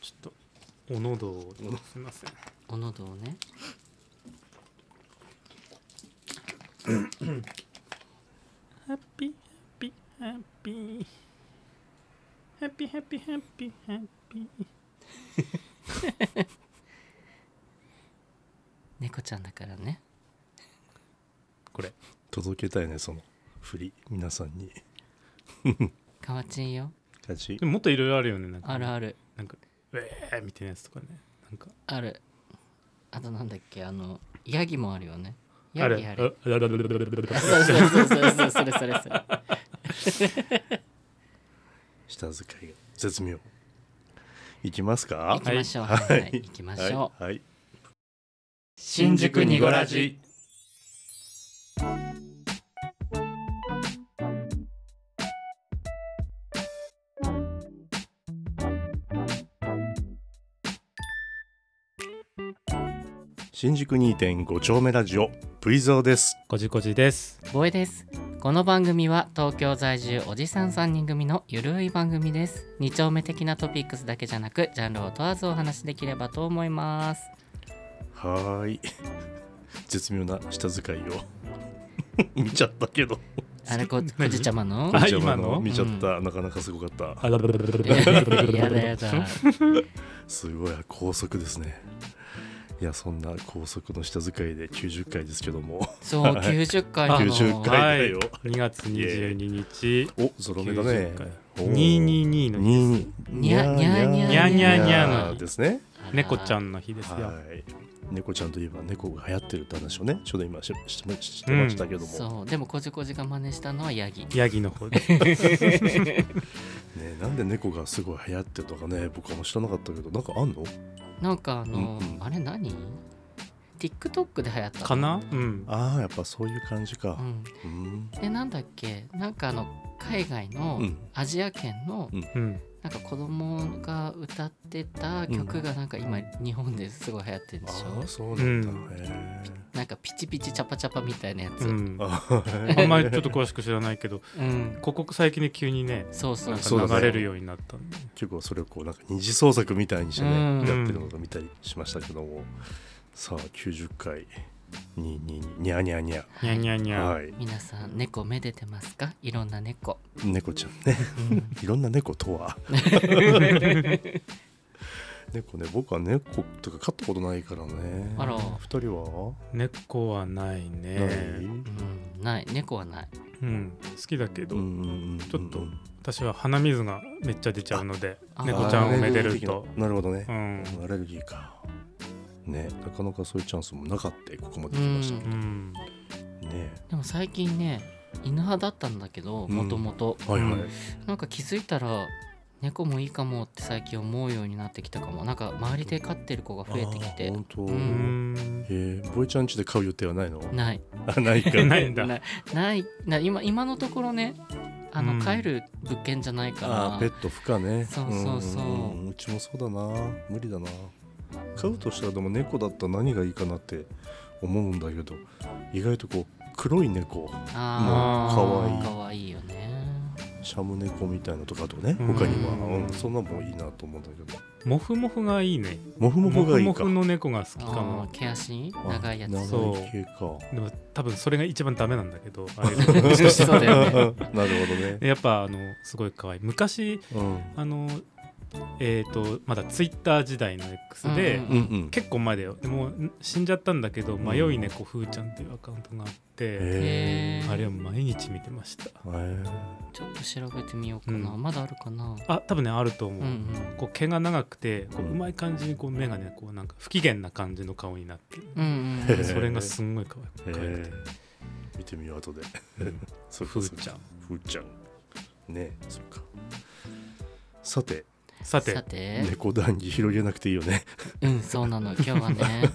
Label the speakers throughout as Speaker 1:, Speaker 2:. Speaker 1: ちょっとお喉をすみません
Speaker 2: お喉をね
Speaker 1: ハッピーハッピーハッピーハッピーハッピーハッピーハッピー
Speaker 2: 猫ちゃんだからね
Speaker 1: これ
Speaker 3: 届けたいねその振り皆さんに
Speaker 2: かわちんよ
Speaker 3: 感じ
Speaker 1: でももっといろいろあるよねなんか
Speaker 2: あるある
Speaker 1: なんかウェーみたいなやつとかねなんか
Speaker 2: あるあとなんだっけあのヤギもあるよね
Speaker 1: あ
Speaker 2: ヤギ
Speaker 1: れ
Speaker 2: あ
Speaker 1: あ
Speaker 2: る
Speaker 1: れあれあれあれあれあれ
Speaker 2: そうそうそうそうそうそれそれそれ
Speaker 3: 下遣いが絶妙いきますか
Speaker 2: 行きましょう
Speaker 3: は
Speaker 2: はいい、はい、行きましょう、
Speaker 3: はい、はい、
Speaker 2: 新宿にごらじ
Speaker 3: 新宿2.5丁目ラジオ V ゾーです
Speaker 1: こじこじです
Speaker 2: ボエですこの番組は東京在住おじさん3人組のゆるい番組です二丁目的なトピックスだけじゃなくジャンルを問わずお話しできればと思います
Speaker 3: はーい絶妙な下遣いを見ちゃったけど
Speaker 2: あれここじちゃまの
Speaker 1: あ
Speaker 3: 見ちゃう
Speaker 1: 今の
Speaker 3: 見ちゃった、なかなかすごかった
Speaker 1: あれあれあれあ
Speaker 2: い
Speaker 1: れ
Speaker 2: や
Speaker 1: あれあれあれ
Speaker 2: やだやだ
Speaker 3: すごい高速ですねいやそんな高速の下遣いで90回ですけども
Speaker 2: そう90回なの
Speaker 3: 90回
Speaker 1: は
Speaker 3: だ
Speaker 1: い
Speaker 3: よ
Speaker 1: 2月22日
Speaker 3: おゾロ目だね
Speaker 1: 90回
Speaker 3: おー
Speaker 1: 222の
Speaker 3: に
Speaker 2: にゃにゃにゃ
Speaker 1: にゃにゃの日
Speaker 3: ですね。
Speaker 1: 猫ちゃ
Speaker 2: ん
Speaker 1: んの日ですよ
Speaker 3: はい。猫ちゃんといえば猫が流行ってるって話をね、ちょうど今ししししてましたけども、
Speaker 2: そうでもこじこじが真似したのはヤギ
Speaker 1: ヤギの方で
Speaker 3: ね、なんで猫がすごい流行ってるとかね、僕はも知らなかったけど、なんかあんの
Speaker 2: なんかあの、
Speaker 3: うんうん
Speaker 2: あれ何 TikTok で流行ったの
Speaker 1: かなうん
Speaker 3: ああ、やっぱそういう感じ
Speaker 2: う
Speaker 3: か。
Speaker 2: ん
Speaker 3: うん。
Speaker 2: でなんだっけなんかあの海外の
Speaker 3: うん
Speaker 2: アジア圏の
Speaker 1: うん
Speaker 2: なんか子供が歌ってた曲がなんか今日本ですごい流行ってるんで
Speaker 3: あ
Speaker 2: し
Speaker 3: あ、
Speaker 2: ょ
Speaker 3: そうなんだ。
Speaker 1: うん
Speaker 3: へー
Speaker 2: なんかピチピチチャパチャパみたいなやつ
Speaker 1: う
Speaker 2: う
Speaker 1: ん
Speaker 2: ん、
Speaker 3: あ ー
Speaker 1: あんまりちょっと詳しく知らないけどここ最近で急にね
Speaker 2: そうそ
Speaker 1: な
Speaker 2: うんそう
Speaker 3: そう
Speaker 1: か
Speaker 3: だね
Speaker 1: 流れるようになったんで
Speaker 3: 結構それをこうなんか二次創作みたいにしてね、
Speaker 2: うん
Speaker 3: やってるのが見たりしましたけども、さあ90回ににににゃにゃにゃ、
Speaker 1: にゃにゃにゃ
Speaker 3: はい、
Speaker 2: 皆さん猫めでてますかいろんな猫、
Speaker 3: 猫ちゃんね。
Speaker 2: うん、
Speaker 3: いろんな猫と は猫ね僕は猫とか飼ったことないからね
Speaker 2: あら
Speaker 3: 二人は、
Speaker 1: 猫はないね
Speaker 2: うん、ない猫はない
Speaker 1: うん好きだけど
Speaker 3: ち
Speaker 1: ちょっと私は鼻水がめっちゃ出ちゃうので
Speaker 2: あ
Speaker 1: 猫ちゃんをめでると
Speaker 3: なるほどね
Speaker 1: う、ん
Speaker 3: アレルギーかねなかなかそういうチャンスもなかったここまで
Speaker 2: う
Speaker 3: 来ました
Speaker 2: ん
Speaker 1: うん
Speaker 3: ね
Speaker 2: でも最近ね犬派だったんだけど
Speaker 3: うん
Speaker 2: もともと
Speaker 3: はいはい、
Speaker 1: うん
Speaker 2: なんか気づいたら猫もいいかもって最近思うようになってきたかもなんか周りで飼ってる子が増えてきて
Speaker 3: 本当、
Speaker 2: う
Speaker 1: うんん
Speaker 3: えボイちゃん家で飼う予定はないの
Speaker 2: ない
Speaker 3: あないか
Speaker 1: ないんだ
Speaker 2: なないな今今のところねあの、
Speaker 1: うん
Speaker 2: 帰る物件じゃないから
Speaker 3: あーペット不可ね
Speaker 2: そうそうそうん
Speaker 3: んんうちもそうだな無理だな飼うとしたらでも猫だったら何がいいかなって思うんだけど意外とこう黒い猫
Speaker 2: あ
Speaker 3: もう可愛い
Speaker 2: かわいいよね
Speaker 3: シャム猫みたいなとかあとね
Speaker 1: うん
Speaker 3: 他にはうんそんなのもいいなと思うんだけど
Speaker 1: モフモフがいいね
Speaker 3: モフモ
Speaker 1: モ
Speaker 3: フ
Speaker 1: フ
Speaker 3: がいい
Speaker 1: モ
Speaker 3: か
Speaker 1: フの猫が好き
Speaker 2: あ
Speaker 1: かも
Speaker 2: ー毛足
Speaker 3: あ
Speaker 2: 長いやつ
Speaker 1: そう
Speaker 3: 長い系か
Speaker 1: でも多分それが一番ダメなんだ けどあれ
Speaker 2: そうだよね
Speaker 3: なるほどね
Speaker 1: やっぱあのすごい可愛い昔
Speaker 3: うん
Speaker 1: あのえっ、とまだツイッター時代の X で、
Speaker 2: うん
Speaker 3: うんうん
Speaker 1: 結構前だよでもん死んじゃったんだけど「迷い猫ふーちゃん」っていうアカウントがあって、
Speaker 3: へ
Speaker 2: へー
Speaker 1: あれを毎日見てました
Speaker 3: えー
Speaker 2: ちょっと調べてみようかな、
Speaker 1: うん
Speaker 2: まだあるかな
Speaker 1: あ多分ねあると思
Speaker 2: う
Speaker 1: う、
Speaker 2: んうん
Speaker 1: こう毛が長くてこう
Speaker 3: うん
Speaker 1: うまい感じにこう目がねこうなんか不機嫌な感じの顔になってる
Speaker 2: うん うん
Speaker 3: へー
Speaker 1: それがすんごい可愛く
Speaker 3: え
Speaker 1: て
Speaker 3: ー見てみよう後で
Speaker 1: うん
Speaker 3: そう
Speaker 1: ふ
Speaker 3: か
Speaker 1: ーちゃん
Speaker 3: ふーちゃんねそっかさて
Speaker 1: さて
Speaker 2: さて、
Speaker 3: 猫談義広げなくていいよね
Speaker 2: うんそうなの今日はね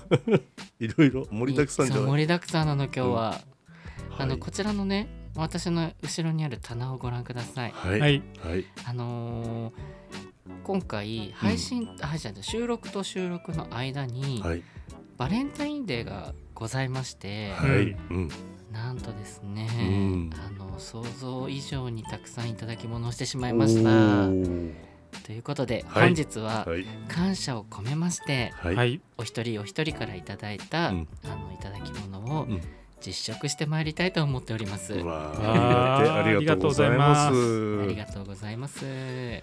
Speaker 3: いろいろ 盛りだくさんじゃ
Speaker 2: そう
Speaker 3: ない
Speaker 2: 盛りだくさんなの今日は、あ
Speaker 3: は
Speaker 2: の
Speaker 3: い
Speaker 2: こちらのね私の後ろにある棚をご覧ください
Speaker 3: はいは
Speaker 1: はいい
Speaker 3: はい
Speaker 2: あのー今回配信、配信じゃない収録と収録の間に、
Speaker 3: はい
Speaker 2: バレンタインデーがございまして、
Speaker 3: はい
Speaker 1: うん
Speaker 3: うん
Speaker 2: なんとですね、
Speaker 3: うん
Speaker 2: あの想像以上にたくさんいただき物をしてしまい
Speaker 3: お
Speaker 2: ました
Speaker 3: ー
Speaker 2: ということで
Speaker 3: は
Speaker 2: 本
Speaker 3: い
Speaker 2: 日は
Speaker 3: はい
Speaker 2: 感謝を込めまして
Speaker 3: はい、
Speaker 1: はい。
Speaker 2: お一人お一人からいただいた、
Speaker 3: うん
Speaker 2: あのいただき物を
Speaker 3: うん
Speaker 2: 実食してまいりたいと思っております、
Speaker 3: うわ
Speaker 1: わ
Speaker 3: あ
Speaker 1: あ
Speaker 3: ありがとうございます
Speaker 1: あり
Speaker 2: ありがとうございます
Speaker 3: ね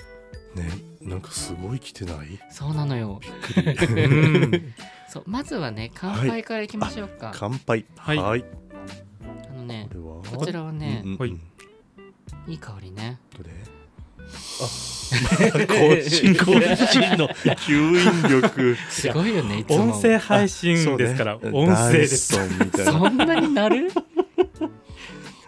Speaker 3: なんかすごい来てない
Speaker 2: そうなのよ
Speaker 1: うん。
Speaker 2: そうまずはね乾杯からいきましょうか、
Speaker 3: 乾杯
Speaker 1: はい
Speaker 3: はい
Speaker 2: あのね
Speaker 3: これは
Speaker 2: こちらはね
Speaker 3: うんうんうん
Speaker 1: はい
Speaker 2: いい香りね
Speaker 3: どれあ個人個人の吸引力
Speaker 2: すごいよねいつ も
Speaker 1: 音声配信ですから、音声です。
Speaker 3: ダンソンみたいな
Speaker 2: そんなにな る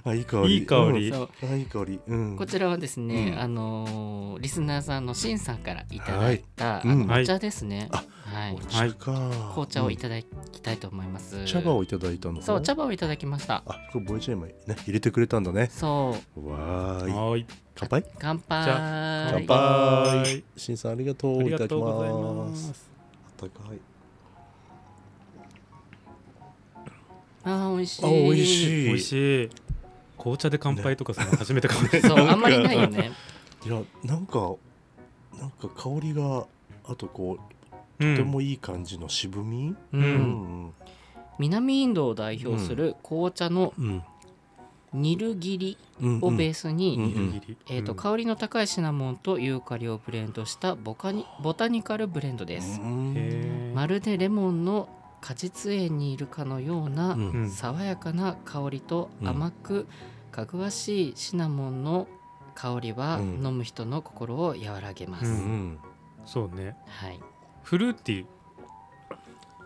Speaker 3: あいい香り
Speaker 1: いい香り。
Speaker 2: そう
Speaker 3: うんあいい香りうん
Speaker 2: こちらはですね、
Speaker 3: うん
Speaker 2: あのーリスナーさんのしんさんからいただいた、
Speaker 3: いうん
Speaker 2: あのお茶ですね、
Speaker 3: あ
Speaker 2: はい
Speaker 3: お茶か
Speaker 2: 紅茶をい
Speaker 3: だ
Speaker 2: ただきたいと思います、
Speaker 3: 茶葉をいただいたの
Speaker 2: そう茶葉をいただきました
Speaker 3: あこれボイチャイもね入れてくれたんだね
Speaker 2: そう
Speaker 3: わーい
Speaker 1: はい。
Speaker 3: 乾杯
Speaker 2: 乾
Speaker 1: じ
Speaker 2: 杯
Speaker 1: ゃ
Speaker 3: 乾
Speaker 1: 杯
Speaker 3: 杯しんさんありがとう
Speaker 1: あり
Speaker 3: いた
Speaker 1: が
Speaker 3: だき
Speaker 1: とうござい
Speaker 3: ま
Speaker 1: ますす。
Speaker 3: あったかい
Speaker 2: あー美味しい
Speaker 3: あ美味しい
Speaker 1: 美味しい。紅茶で乾杯とかその初めてかもしれない。
Speaker 2: そうあんまりないよね
Speaker 3: いやなんかなんか香りがあと
Speaker 1: う
Speaker 3: こうとて
Speaker 1: ん。
Speaker 3: もいい感じの渋み
Speaker 2: う
Speaker 3: うんん
Speaker 2: 南インドを代表する紅茶の
Speaker 3: うん
Speaker 2: ニルギリ
Speaker 3: うん
Speaker 2: をベースに、
Speaker 3: うん
Speaker 1: ギリギリ
Speaker 2: えーと
Speaker 1: うん
Speaker 2: 香りの高いシナモンとユーカリをブレンドしたボカニボタニカルブレンドです、
Speaker 3: うん
Speaker 1: へー
Speaker 2: まるでレモンの果実園にいるかのような
Speaker 3: うん
Speaker 1: うん
Speaker 2: 爽やかな香りと
Speaker 3: うん
Speaker 2: 甘くかぐわしいシナモンの香りは
Speaker 3: うん
Speaker 2: 飲む人の心を和らげます、
Speaker 1: う
Speaker 3: うんん
Speaker 1: そうね。
Speaker 2: はい
Speaker 1: フルーティー。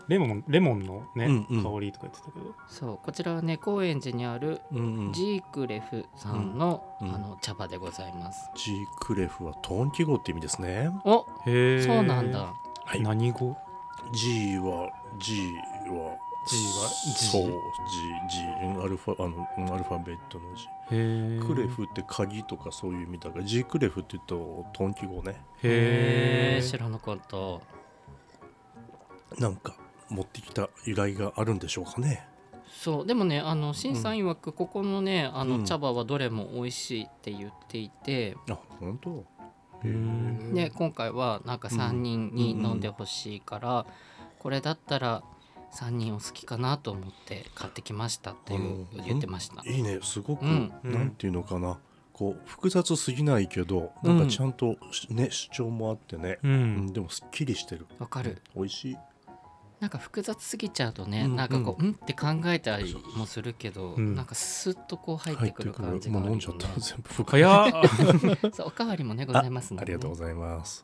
Speaker 1: レモンレモンのね、
Speaker 3: うんうん
Speaker 1: 香りとか言ってたけど。
Speaker 2: そうこちらはね高円寺にある
Speaker 3: うんうんジ
Speaker 2: ジークレフさんの,、
Speaker 3: うんうん
Speaker 2: あの茶葉でございます
Speaker 3: ークレフはトン記号って意味ですね
Speaker 2: お
Speaker 1: へえ。
Speaker 2: そうなん。だ
Speaker 3: はい
Speaker 1: 何語？
Speaker 3: G は G は
Speaker 1: G は G
Speaker 3: そう G G うんアルファあのうんアルファベットの G
Speaker 1: へえ。
Speaker 3: クレ。フって鍵とかそういう意味だから G クレフって言うとトン記号ね
Speaker 1: へ
Speaker 2: へえ
Speaker 1: え。
Speaker 2: 知らなかった
Speaker 3: なんか持ってきた由来があるんでしょうかね
Speaker 2: そうでもねあの新さん曰くここのねあ
Speaker 3: う
Speaker 2: の
Speaker 3: ん
Speaker 2: 茶葉はどれも美味しいって言っていて、
Speaker 3: あ本当
Speaker 1: う
Speaker 3: へ
Speaker 1: ん
Speaker 3: ー
Speaker 2: で今回はなんか3人に
Speaker 3: うんうん
Speaker 2: 飲んでほしいから、これだったら3人お好きかなと思って買ってきましたっていう
Speaker 3: あの
Speaker 2: 言ってました
Speaker 3: いいねすごく、
Speaker 2: うん
Speaker 3: なんていうのかなこう複雑すぎないけどなん
Speaker 2: う
Speaker 3: か
Speaker 2: ん
Speaker 3: ちゃんとしね、主張もあってね、
Speaker 1: う
Speaker 3: うん
Speaker 1: ん。
Speaker 3: でもすっきりしてる
Speaker 2: わかる
Speaker 3: 美味しい
Speaker 2: なんか複雑すぎちゃうとね、
Speaker 3: うん
Speaker 2: なんかこううんって考えたりもするけど、
Speaker 1: うん
Speaker 2: なんかスッとこう入っ
Speaker 3: 入
Speaker 2: て
Speaker 3: っ
Speaker 2: く
Speaker 3: て
Speaker 2: る
Speaker 3: く
Speaker 2: 感
Speaker 3: る
Speaker 2: じがあ
Speaker 3: もう
Speaker 2: るよ
Speaker 3: 飲ん
Speaker 2: ね
Speaker 3: じゃった全部深い
Speaker 1: 早っ。
Speaker 2: そうおかわりもねございますので
Speaker 3: あ
Speaker 2: ね
Speaker 3: りがとうございます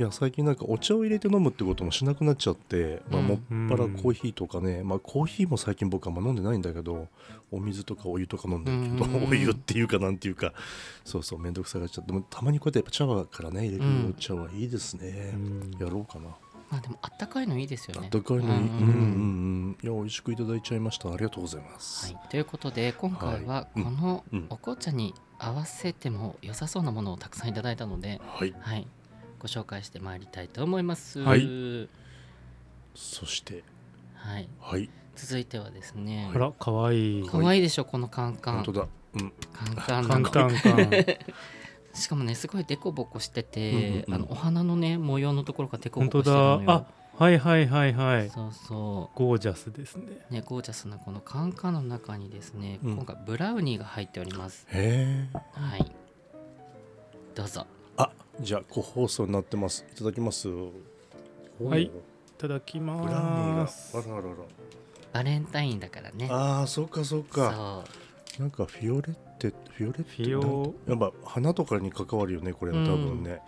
Speaker 3: いや最近なんかお茶を入れて飲むってこともしなくなっちゃって、まあ、
Speaker 2: うん
Speaker 3: もっぱらコーヒーとかね、まあ、コーヒーも最近僕はあんま飲んでないんだけどお水とかお湯とか飲んでるけど、
Speaker 2: うんうんうん
Speaker 3: お湯っていうかなんていうかそうそう面倒くさがっちゃってでもたまにこうやってやっぱ茶葉からね入れるお茶はいいですね、やろうかな
Speaker 2: まあでもあったかいのいいですよ
Speaker 3: あっ
Speaker 2: ね
Speaker 3: たかいのいい、
Speaker 2: う
Speaker 3: うん
Speaker 2: う
Speaker 3: ん
Speaker 2: ん
Speaker 3: うんうん、いや美味しくいただいちゃいましたありがとうございます、
Speaker 2: はい、ということで今回はこ
Speaker 3: いうん
Speaker 2: の
Speaker 3: うん
Speaker 2: お紅茶に合わせても良さそうなものをたくさんいただいたので、
Speaker 3: はい
Speaker 2: はい、ご紹介してまいりたいと思います。
Speaker 1: はい
Speaker 3: そして
Speaker 2: はい
Speaker 3: はい
Speaker 2: 続いてはですね
Speaker 1: あ。ら可愛い。
Speaker 2: 可愛いでしょこのカンカ
Speaker 3: 本
Speaker 2: ン
Speaker 3: 当。だうん
Speaker 2: カンカン
Speaker 1: カン
Speaker 2: なの。
Speaker 1: カンカン。
Speaker 2: しかもねすごいデコボコしてて、
Speaker 3: うんうんうん
Speaker 2: あのお花のね模様のところがデコボ
Speaker 1: 本当
Speaker 2: コしてる
Speaker 1: だ
Speaker 2: の。
Speaker 1: あ
Speaker 2: よ。
Speaker 1: はいはいはいはい。
Speaker 2: そうそ
Speaker 1: ゴージャスですね。
Speaker 2: う。ねゴージャスなこのカンカンの中にですね、
Speaker 3: うん
Speaker 2: 今回ブラウニーが入っております。
Speaker 3: へえ
Speaker 2: はい。どうぞ。
Speaker 3: あじゃあ個包装になってますいただきます
Speaker 1: はい
Speaker 3: お
Speaker 1: いただき
Speaker 3: ブラウニー
Speaker 1: ま
Speaker 3: が
Speaker 1: す。
Speaker 3: あらあら
Speaker 2: バレンタインだからね。
Speaker 3: あらあーそうかそうか
Speaker 2: そ
Speaker 3: なんかフィオレッテフィオレッテ
Speaker 1: フィオ
Speaker 3: なんかやっぱ花とかに関わるよねこれも多分ね、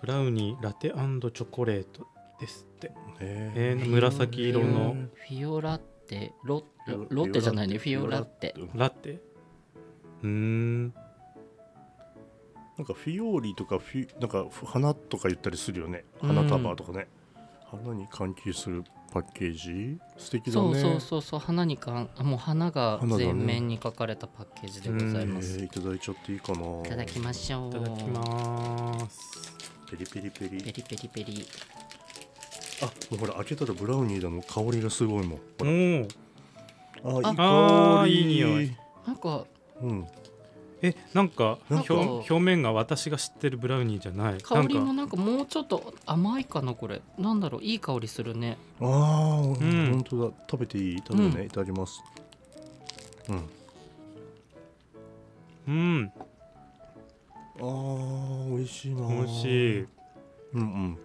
Speaker 1: ブラウニーラテチョコレートですって。
Speaker 3: へ
Speaker 1: え
Speaker 2: う。
Speaker 1: ー、紫色の
Speaker 3: へ
Speaker 2: フィオラってロ
Speaker 3: フィオ
Speaker 2: ロッテじゃないねフィオラって
Speaker 3: フィオラ
Speaker 1: ラテ。うーん。
Speaker 3: なんかフィオーリとかフィなんか花とか言ったりするよね花束とかね、花に関係するパッケージ素敵だ
Speaker 2: そ
Speaker 3: ね
Speaker 2: うそうそうそう花にかんあもう花が
Speaker 3: 花だね
Speaker 2: 全面に書かれたパッケージでございます、
Speaker 3: えーいただいちゃっていいかない
Speaker 2: ただきましょう
Speaker 1: いただきます。
Speaker 3: ペリペリペリ
Speaker 2: ペリペリペリ
Speaker 3: あもうほら開けたらブラウニーだの香りがすごいもん
Speaker 1: お
Speaker 3: ほ
Speaker 1: お
Speaker 3: ら
Speaker 1: ー。
Speaker 3: あい
Speaker 1: あーい
Speaker 3: い香り
Speaker 1: い匂い
Speaker 2: なんか
Speaker 3: うん
Speaker 1: ええなんか
Speaker 3: なん
Speaker 1: 表
Speaker 3: か
Speaker 1: 表面が私が知ってるブラウニーじゃない
Speaker 2: 香り
Speaker 1: な
Speaker 2: も
Speaker 1: んか
Speaker 2: なんかもうちょっと甘いかなこれなんだろういい香りするね
Speaker 3: ああ、うん本当だ食べていい食べるね、いただきますうん
Speaker 1: うん
Speaker 3: あー美味しいな
Speaker 1: 美味しい
Speaker 3: うん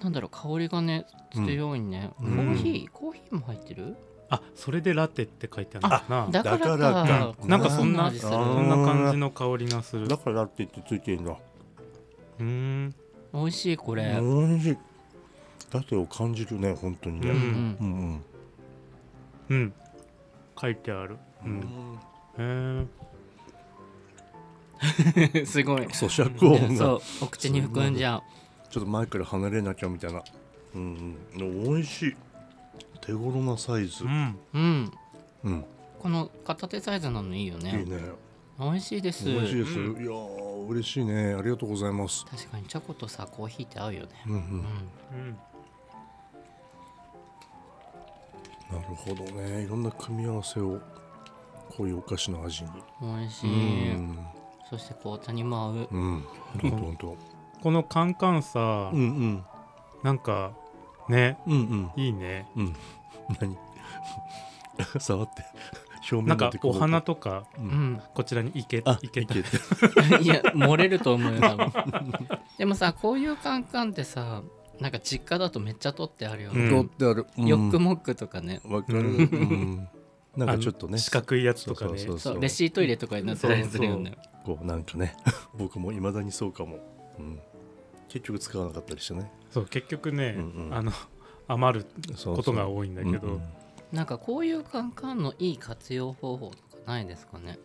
Speaker 2: なんだろう香りがね
Speaker 3: うん
Speaker 2: 強いね、
Speaker 3: うん
Speaker 2: コーヒーコーヒーも入ってる
Speaker 1: あそれでラテって書いてあるのかな
Speaker 2: だからか
Speaker 3: だからか
Speaker 1: なんかそんな
Speaker 2: 味する
Speaker 3: あ
Speaker 1: そんな感じの香りがす
Speaker 3: う
Speaker 1: る
Speaker 3: んだからって言ってついてんだ
Speaker 1: うーん
Speaker 2: 美味しいこ
Speaker 3: 美
Speaker 2: れ、
Speaker 3: 味しいラテを感じるね本当に
Speaker 2: うんうん
Speaker 3: ねうんうん
Speaker 1: うん書いてあるうんへ
Speaker 2: すごい
Speaker 3: 咀嚼音
Speaker 2: そ
Speaker 3: が
Speaker 2: うお口に含んじゃう
Speaker 3: ちょっと前から離れなきゃみたいなうんうん美味しい手頃なサイズ
Speaker 1: えうん
Speaker 2: うん
Speaker 3: うん
Speaker 2: この片手サイズなのいいよ
Speaker 3: い
Speaker 2: ね
Speaker 3: いね
Speaker 2: 美味しいです
Speaker 3: 美味しいですいうやー嬉しいねありがとうございます
Speaker 2: 確かにチョコとさコーヒーって合うよね
Speaker 3: うんう
Speaker 2: うん
Speaker 1: う
Speaker 2: ん
Speaker 1: ん
Speaker 3: なるほどねいろんな組み合わせをこういうお菓子の味に
Speaker 2: 美味し
Speaker 3: う
Speaker 2: い、
Speaker 3: ん
Speaker 2: そして紅茶にも合う
Speaker 3: うんほんとほんと
Speaker 1: このカンカンさ
Speaker 3: うんうん
Speaker 1: なんかね
Speaker 3: うん うん
Speaker 1: いいね
Speaker 3: うん。何触って。表面
Speaker 1: なんか
Speaker 3: 出てくる
Speaker 1: お花とか
Speaker 3: う
Speaker 2: うんん、
Speaker 1: こちらにいけ
Speaker 3: あ、
Speaker 1: いけた
Speaker 3: いけた。
Speaker 2: いや漏れると思うよ多分 でもさこういうカンカンってさなんか実家だとめっちゃ取ってあるよね、
Speaker 1: うん
Speaker 3: てある。うん
Speaker 2: ヨックモックとかね、
Speaker 3: わかる。
Speaker 1: う
Speaker 3: うんなんかちょっと
Speaker 1: あの
Speaker 3: ね。
Speaker 1: 四角いやつとかね
Speaker 3: そ
Speaker 2: そ
Speaker 3: うそうう
Speaker 2: レ
Speaker 3: そう。
Speaker 2: シート入れとかになってたりするよね
Speaker 3: こうなんかね、 僕も未だにそうかも。うん結局使わなかったりしてね。
Speaker 1: そう結局ね
Speaker 3: うんうん
Speaker 1: あの余る
Speaker 3: そうそう
Speaker 1: ことが多いんだけ
Speaker 3: うんう
Speaker 1: ど
Speaker 3: ん
Speaker 2: なんかこういうカンカンのいい活用方法とかないですかね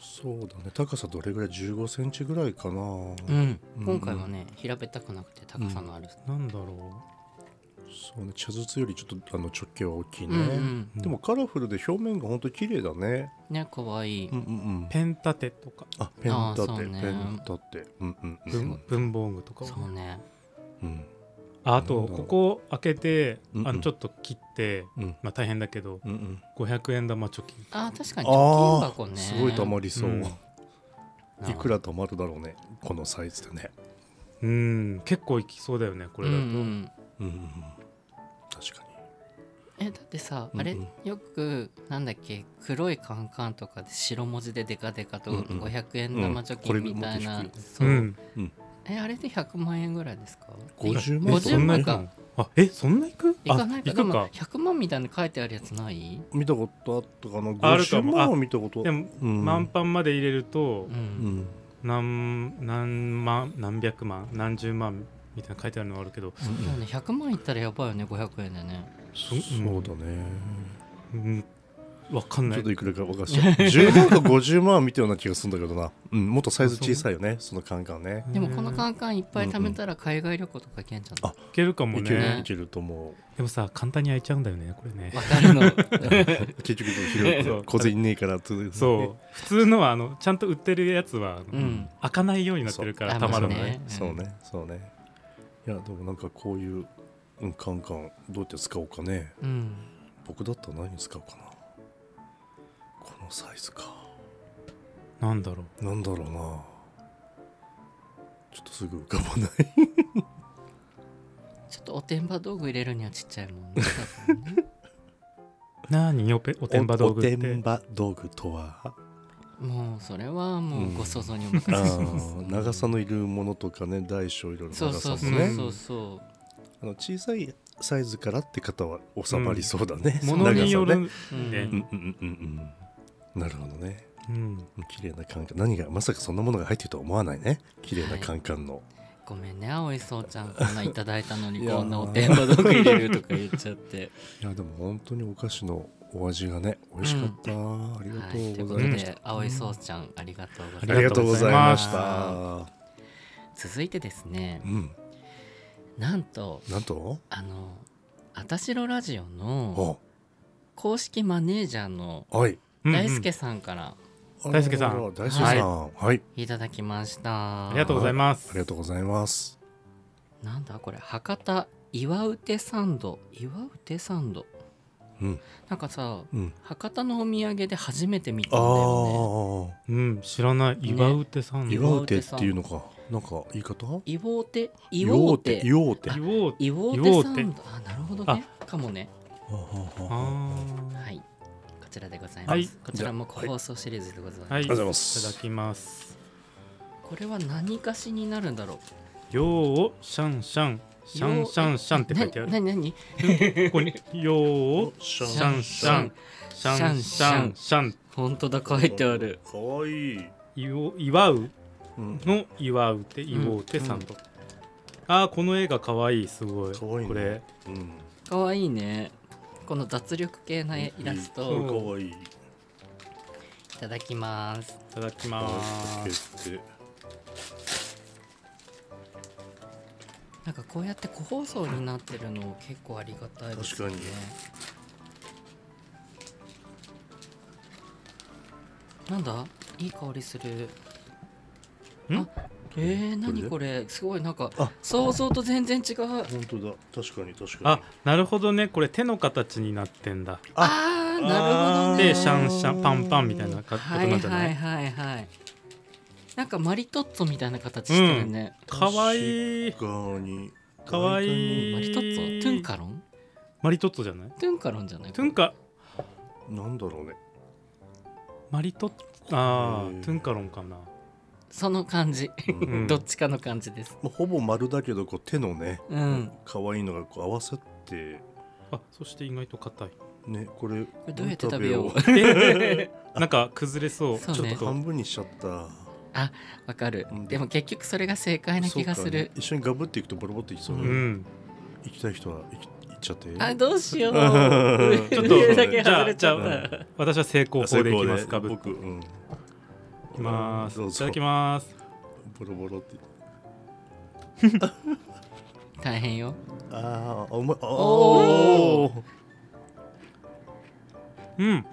Speaker 3: そうだね。高さどれぐらい？15センチぐらいかな。
Speaker 2: うん、
Speaker 3: うん
Speaker 2: 今回はね平べったくなくて高さのある、
Speaker 1: なんだろ
Speaker 3: そうね。茶筒よりちょっとあの直径は大きい
Speaker 2: うんうん
Speaker 3: ね。でもカラフルで表面が本当綺麗だね。
Speaker 2: ねかわいい、
Speaker 3: うんうんうん
Speaker 1: う。ペン立てとか
Speaker 3: あ、ペン立
Speaker 2: あーそ
Speaker 3: て、
Speaker 2: うね
Speaker 3: ペン立て。うんうんうん
Speaker 1: 文文房具とかを
Speaker 2: そうね
Speaker 3: うん。
Speaker 1: ああと
Speaker 3: なんだろ
Speaker 1: こ
Speaker 3: う
Speaker 1: こ開けて
Speaker 3: うんうん
Speaker 1: あのちょっと切って
Speaker 3: うん
Speaker 1: まあ大変だけど
Speaker 3: うんうん。
Speaker 1: 500円玉貯金
Speaker 2: あー確かに貯金
Speaker 3: あ
Speaker 2: 箱
Speaker 3: あ、
Speaker 2: ね
Speaker 3: すごい溜まりそう。
Speaker 1: うん
Speaker 2: なる
Speaker 3: い
Speaker 2: ほど
Speaker 3: くら溜まるだろうね、このサイズでね。
Speaker 1: うん結構いきそうだよねこれだと、
Speaker 2: うんうん
Speaker 3: うんうんうん。確か
Speaker 2: えだってさ、
Speaker 3: うんうん
Speaker 2: あれよくなんだっけ黒いカンカンとかで白文字でデカデカと
Speaker 3: うんうん
Speaker 2: 500円玉貯
Speaker 3: これ
Speaker 2: 金みたいな、
Speaker 3: もっと低い
Speaker 2: そう、
Speaker 1: うん
Speaker 2: えあれで100万円ぐらいですか
Speaker 3: に。50
Speaker 1: え
Speaker 3: 万
Speaker 1: そんない
Speaker 2: 万
Speaker 1: く
Speaker 2: か
Speaker 1: のあえそんないく
Speaker 2: いかない
Speaker 1: あ
Speaker 2: か
Speaker 1: い
Speaker 2: で
Speaker 1: く
Speaker 2: も
Speaker 1: か
Speaker 2: 100万みたいに書いてあるやつない
Speaker 3: 見たことあったかな。
Speaker 1: あるか
Speaker 3: 50
Speaker 1: も
Speaker 3: 万は見たこと。
Speaker 1: でも、
Speaker 3: うん
Speaker 1: 満パンまで入れると
Speaker 2: う、、
Speaker 3: うんん。
Speaker 1: 何何万何百万何十万みたいな書いてあるのはあるけど、
Speaker 2: そうだよね100万いったらやばいよね500円でね
Speaker 3: そうだね。
Speaker 1: うん、わかんな
Speaker 3: ちょ
Speaker 1: い
Speaker 3: っといくらか分かんない。10万か50万は見たような気がするんだけどな。うん、もっとサイズ小さいよね、そのカンカンね。
Speaker 2: でもこの
Speaker 1: 感
Speaker 2: カンカンいっぱい貯めたら海外旅行とか行けんじゃん
Speaker 3: あ
Speaker 1: いけるかも
Speaker 3: いける、
Speaker 1: ね
Speaker 3: いけると思う。
Speaker 1: でもさ簡単に開いちゃうんだよねこれね
Speaker 2: わかるの
Speaker 3: 結局、広
Speaker 1: そう
Speaker 3: く小銭ねえからと。
Speaker 1: そう普通のはあのちゃんと売ってるやつは、
Speaker 2: うん
Speaker 1: 開かないようになってるから
Speaker 2: そう
Speaker 1: たまるの
Speaker 2: あまあ
Speaker 1: ね
Speaker 3: そうね、そうね。いや、でもなんかこういう、うん、カンカン、どうやって使おうかね。
Speaker 2: うん
Speaker 3: 僕だったら何に使うかな。このサイズか。
Speaker 1: なんだろう
Speaker 3: なんだろうな。ちょっとすぐ浮かばない。
Speaker 2: ちょっとおてんば道具入れるにはちっちゃいもんね
Speaker 1: 何よペ おてんば道具って
Speaker 3: おてんば道具 とは。
Speaker 2: もうそれはもうご想像にお任
Speaker 3: あ
Speaker 2: せします、
Speaker 3: ー長さのいるものとかね、大小いろいろ
Speaker 2: そう
Speaker 3: 長さ
Speaker 2: そ
Speaker 3: も
Speaker 2: うそう
Speaker 3: ね。
Speaker 2: そうそ
Speaker 3: あの小さいサイズからって方は収まりそうだね。
Speaker 1: ものによる
Speaker 3: 長さね。
Speaker 2: う、うん
Speaker 1: ね
Speaker 3: うんうんうんうん。なるほどね。
Speaker 1: うん
Speaker 3: 綺麗なカンカン何がまさかそんなものが入ってるとは思わないね綺麗なカンカンの、
Speaker 2: ごめんね青いそうちゃんこんなんいただいたのに
Speaker 3: いやー
Speaker 2: こんなおてんば道具入れるとか言っちゃって
Speaker 3: い、やでも本当にお菓子のお味がね美味しかった、 ありが
Speaker 2: はい
Speaker 3: と
Speaker 2: といううこ
Speaker 3: ご
Speaker 2: と
Speaker 3: ざいまし
Speaker 2: で青いそうちゃんありがとうございま
Speaker 3: た、あ
Speaker 2: す
Speaker 3: りがとうございまし
Speaker 2: ありがとう
Speaker 3: た
Speaker 2: 続いてですね
Speaker 3: うん
Speaker 2: なんと
Speaker 3: なんと
Speaker 2: あのあたしろラジオの
Speaker 3: あ
Speaker 2: 公式マネージャーの
Speaker 3: はい
Speaker 1: うん
Speaker 2: 大輔さんから
Speaker 3: あら
Speaker 1: 大輔さん
Speaker 3: あら大輔さんはい、はい
Speaker 2: いただきました、
Speaker 1: ありがとうございます
Speaker 3: ありがとうございます
Speaker 2: なんだこれ博多岩うてサンド岩うてサンド
Speaker 3: うん
Speaker 2: なんかさ
Speaker 3: うん
Speaker 2: 博多のお土産で初めて見たん
Speaker 3: あ
Speaker 2: だよね
Speaker 3: あ
Speaker 1: うん知らない岩うてさん
Speaker 3: 岩うてっていうのかなんか言い方
Speaker 2: イオーテイオーテ
Speaker 3: 岩うて
Speaker 1: 岩うて
Speaker 2: イオーテさ
Speaker 1: イオー
Speaker 2: んだあなるほどねかもね
Speaker 1: あー
Speaker 2: はいこちらでございます、
Speaker 1: はい
Speaker 2: こちらも個放送シリーズでございます、
Speaker 1: はいい
Speaker 3: がと
Speaker 1: た
Speaker 3: うござい
Speaker 1: だ
Speaker 3: ます
Speaker 1: きます
Speaker 2: これは何かしになるんだろう
Speaker 1: ようをシャンシャンシャンシャンシャンって書いてあ
Speaker 2: な
Speaker 1: る
Speaker 2: になに
Speaker 1: ここにようを
Speaker 3: シ
Speaker 1: シャンシャンシャンシャンシャン
Speaker 2: 本当だ書いてある
Speaker 3: かわいい、
Speaker 1: いお祝う
Speaker 3: うん、
Speaker 1: の祝うて祝うてさんと、ああこの絵が可愛いすごい
Speaker 3: 可愛いね
Speaker 1: これ
Speaker 3: うん
Speaker 2: かわいいねこの脱力系なイラスト
Speaker 3: うん
Speaker 2: を
Speaker 3: かわいい
Speaker 2: いただきます
Speaker 1: いただき
Speaker 3: あ
Speaker 1: ます
Speaker 3: て
Speaker 2: なんかこうやって個包装になってるの結構ありがたいですよね
Speaker 3: 確か
Speaker 2: なんだいい香りする
Speaker 1: ん
Speaker 2: あえー、何これすごいなんか想像と全然違う
Speaker 3: 本当だ確かに確か
Speaker 1: あ
Speaker 3: に
Speaker 1: なるほどねこれ手の形になってんだ
Speaker 2: ああーなるほどね
Speaker 1: でシャンシャンパンパンみたいなかことなんじゃない
Speaker 2: はいはいはいはいなんかマリトッツォみたいな形してるね、
Speaker 1: 可愛い
Speaker 3: 確かに
Speaker 1: 可愛い
Speaker 2: マリトッツォトゥンカロン
Speaker 1: マリトッツォじゃない
Speaker 2: トゥンカロンじゃない
Speaker 1: トゥンカ
Speaker 3: なんだろうね
Speaker 1: マリトッツォあ
Speaker 3: うん
Speaker 1: あトゥンカロンかな
Speaker 2: その感じ、
Speaker 1: うん
Speaker 2: どっちかの感じです
Speaker 3: まあほぼ丸だけどこう手のね
Speaker 2: うん
Speaker 3: 可愛いのがこう合わさって
Speaker 1: あそして意外と硬い
Speaker 3: ねこれ
Speaker 2: れどうやって食べよう
Speaker 3: ど
Speaker 1: なんか崩れそう
Speaker 2: そう
Speaker 1: ちょ
Speaker 2: ね
Speaker 1: っ
Speaker 3: ちょっと半
Speaker 1: と
Speaker 3: 分にしちゃった
Speaker 2: わかる
Speaker 3: うん
Speaker 2: でも結局それが正解な気がす
Speaker 3: そうか
Speaker 2: る
Speaker 3: ね、一緒にガブっていくとボロボロっていきそう
Speaker 1: う
Speaker 3: だね、
Speaker 1: ん
Speaker 3: 行きたい人は行き行っちゃって
Speaker 2: あどうしよう
Speaker 3: ちょっと
Speaker 2: 上だけ外れちゃっ
Speaker 1: じ
Speaker 2: た
Speaker 1: 私は成功
Speaker 3: あ
Speaker 1: 法
Speaker 3: 成
Speaker 1: でい
Speaker 3: 功
Speaker 1: きますかぶっ
Speaker 3: 僕、うん、
Speaker 1: いきます
Speaker 3: どう
Speaker 1: い
Speaker 3: ぞ
Speaker 1: ただきます
Speaker 3: ボロボロって
Speaker 2: 大変よ
Speaker 3: あーあうまいあー
Speaker 2: お
Speaker 1: うん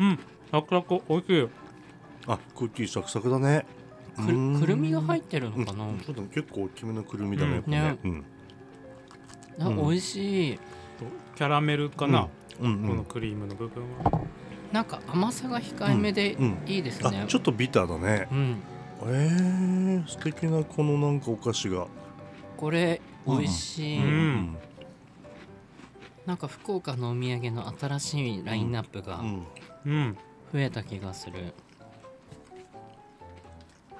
Speaker 1: うんサクサクおいしい
Speaker 3: あクッキーサクサクだね
Speaker 2: くるくるみが入
Speaker 3: っ
Speaker 2: ってるのかな、
Speaker 3: そうだね結構大きめのくるみだ
Speaker 1: う
Speaker 3: ね、
Speaker 1: ん
Speaker 3: これね
Speaker 2: ね
Speaker 3: うん
Speaker 2: あ
Speaker 3: うん
Speaker 2: 美味しい
Speaker 1: キャラメルかな、
Speaker 3: うんう
Speaker 1: この
Speaker 3: ん
Speaker 1: クリームの部分は
Speaker 2: なんか甘さが控えめで
Speaker 3: うん
Speaker 2: いいですね
Speaker 3: あちょっとビターだね
Speaker 2: うん
Speaker 3: えー、素敵なこのなんかお菓子が
Speaker 2: これ美味しい、
Speaker 1: うん
Speaker 2: なんか福岡のお土産の新しいラインナップが
Speaker 3: うん
Speaker 1: うん
Speaker 2: 増えた気がする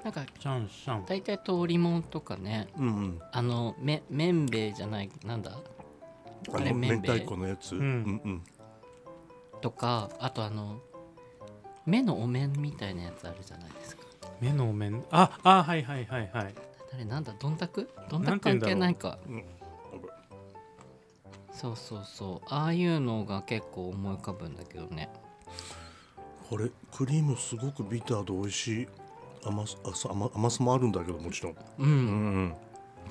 Speaker 2: なんか
Speaker 1: シャンシャン
Speaker 2: 大体通りもんとかね
Speaker 3: うんうん
Speaker 2: あのめ麺べいじゃないなんだ
Speaker 3: あ
Speaker 2: あれ
Speaker 3: の
Speaker 2: め
Speaker 3: 明
Speaker 2: んべい
Speaker 3: 太子のやつ、
Speaker 1: うん
Speaker 3: うん
Speaker 2: とかあとあの目のお面みたいなやつあるじゃないですか
Speaker 1: 目のお面ああはいはいはいはい
Speaker 2: あれなんだどんたくどん
Speaker 1: な
Speaker 2: た
Speaker 1: ん
Speaker 2: く
Speaker 1: て言うんだろう
Speaker 2: 関係ないか
Speaker 3: 危ない
Speaker 2: そうそうそうああいうのが結構思い浮かぶんだけどね
Speaker 3: これクリームすごくビターで美味しい甘さあさ甘甘さもあるんだけどもちろん
Speaker 2: うん、
Speaker 3: うん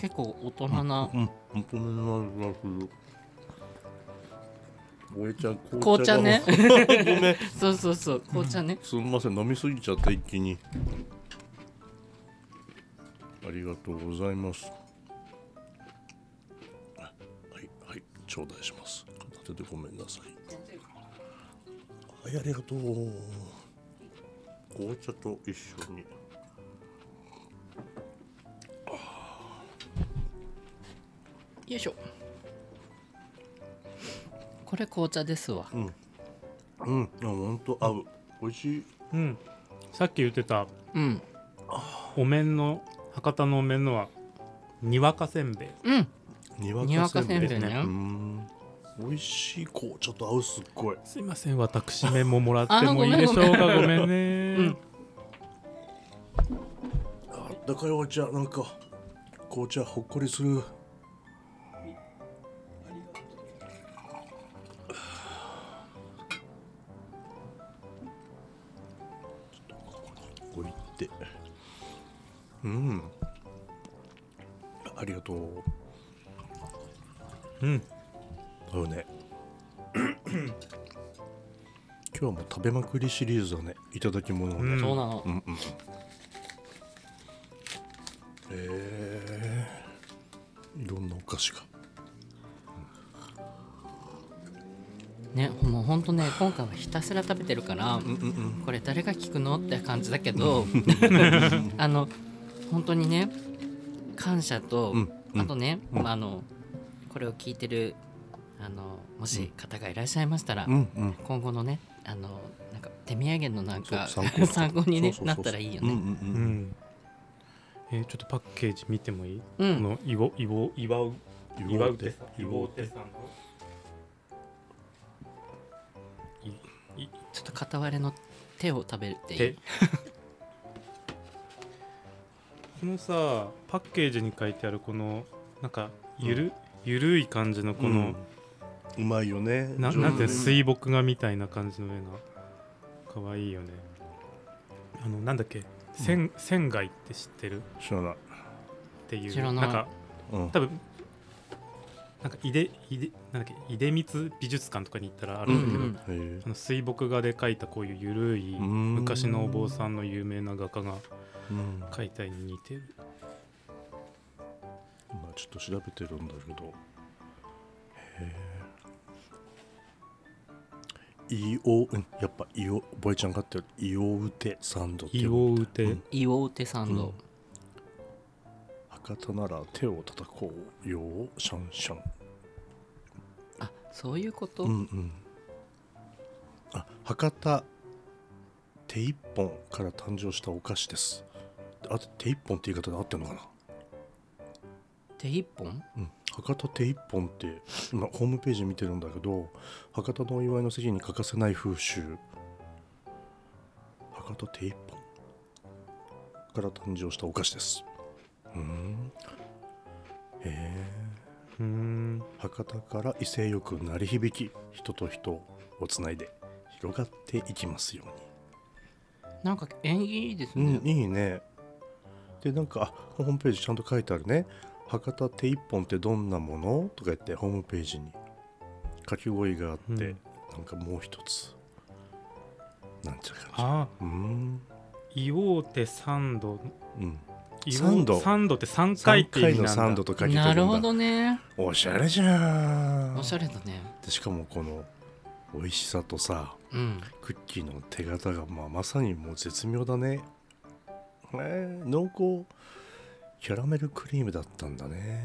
Speaker 2: 結構大人な
Speaker 3: うんお米の味がするおえちゃん
Speaker 2: 紅茶
Speaker 3: が
Speaker 2: ね
Speaker 3: ごめん
Speaker 2: そうそうそう紅茶ね、
Speaker 3: すみません飲みすぎちゃった一気にありがとうございますはいはい頂戴します片手でごめんなさいはいありがとう紅茶と一緒に
Speaker 2: よいしょこれ紅茶ですわ
Speaker 3: うんあ本当合う美味しい
Speaker 1: うんさっき言ってた
Speaker 2: うん
Speaker 1: お面の博多のお面のはにわかせんべい
Speaker 2: うん
Speaker 3: に
Speaker 2: にわかせんべい
Speaker 1: です
Speaker 2: ね
Speaker 1: ね
Speaker 3: うーん美味しい紅茶と合うすっごい
Speaker 1: すいません私麺ももらっ
Speaker 2: あ
Speaker 1: ても
Speaker 2: ご
Speaker 1: いい
Speaker 2: めん
Speaker 1: でしょうかご
Speaker 2: ご
Speaker 1: めんね
Speaker 2: うん
Speaker 3: あったかいお茶なんか紅茶ほっこりする置いてうんありがとう
Speaker 1: うん
Speaker 3: 合うね 今日はもう食べまくりシリーズだねいただき物をね、
Speaker 1: うん
Speaker 2: そうなの
Speaker 3: うんうん。えー、いろんなお菓子が。
Speaker 2: ねもうほんとね今回はひたすら食べてるから
Speaker 3: うんうん
Speaker 2: これ誰が聞くのって感じだけど あの本当にね感謝と、
Speaker 3: うんうん
Speaker 2: あとね、
Speaker 3: うん
Speaker 2: まあ、あのこれを聞いてるあのもし方がいらっしゃいましたら、
Speaker 3: うんうん
Speaker 2: 今後のねあのなんか手土産のなんか
Speaker 3: そう
Speaker 2: 参考に、ね、
Speaker 3: そうそ
Speaker 2: な
Speaker 3: うそうそう
Speaker 2: ったらいいよ
Speaker 3: う
Speaker 2: ね。
Speaker 3: んうん
Speaker 1: う
Speaker 3: うん
Speaker 1: んえーちょっとパッケージ見てもいい、
Speaker 2: うん
Speaker 1: この岩岩岩う
Speaker 3: 岩
Speaker 1: 岩
Speaker 3: う
Speaker 1: うて
Speaker 3: て
Speaker 1: さん岩うてさんの
Speaker 2: ちょっと片割れの手を食べてい
Speaker 1: 手
Speaker 2: い
Speaker 1: このさパッケージに書いてあるこのなんかゆる、ゆるい感じのこの、
Speaker 3: うんうまいよね
Speaker 1: な
Speaker 3: 上手
Speaker 1: なんていうの
Speaker 3: ね
Speaker 1: 水墨画みたいな感じの絵がかわいいよねあのなんだっけ仙仙外って知ってるっ
Speaker 3: 知らない
Speaker 1: ていう
Speaker 2: 知らない
Speaker 1: んか
Speaker 3: うん
Speaker 1: 多分なんか井出井出なんだっけ井出光美術館とかに行ったらあるんだけど、
Speaker 2: うんうん
Speaker 3: へえ
Speaker 1: あの水墨画で描いたこういうゆるい
Speaker 3: うん
Speaker 1: 昔のお坊さんの有名な画家が
Speaker 3: うん
Speaker 1: 描いた絵に似てる
Speaker 3: 今ちょっと調べてるんだけどへえいおうんやっぱいおボイちゃんがっていおうてサンド
Speaker 1: 「硫黄うて
Speaker 3: うん
Speaker 2: イオウテサンド、
Speaker 3: 博多なら手を叩こうようシャンシャン
Speaker 2: あそういうこと、
Speaker 3: うんうんあ博多手一本から誕生したお菓子ですあと手一本って言い方で合ってるのかな
Speaker 2: 手一本
Speaker 3: うん、博多手一本って今ホームページ見てるんだけど博多のお祝いの席に欠かせない風習博多手一本から誕生したお菓子ですうんへ
Speaker 1: うーん
Speaker 3: え博多から威勢よく鳴り響き人と人をつないで広がっていきますよ
Speaker 2: なんか縁起いいです
Speaker 3: うに、
Speaker 2: ね
Speaker 3: うん、、いいねでなんかあホームページちゃんと書いてあるね博多手一本ってどんなものとか言ってホームページに書き声があって、
Speaker 1: うん
Speaker 3: なんかもう一つなんちゃらかんちゃら
Speaker 1: ああ
Speaker 3: うーん
Speaker 1: 硫黄て三度
Speaker 3: うん
Speaker 1: 硫黄
Speaker 3: 三度
Speaker 1: 三度って三回っ
Speaker 3: 3
Speaker 1: て意
Speaker 3: 回
Speaker 1: 味
Speaker 3: の
Speaker 1: なんだ
Speaker 3: サンドと書いてあ
Speaker 2: な
Speaker 3: る
Speaker 2: る
Speaker 3: んだ
Speaker 2: ほどね
Speaker 3: おしゃれじゃん
Speaker 2: おしゃれだね
Speaker 3: でしかもこの美味しさとさ
Speaker 2: うん
Speaker 3: クッキーの手形が、まあ、まさにもう絶妙だねえー濃厚キャラメルクリームだったんだね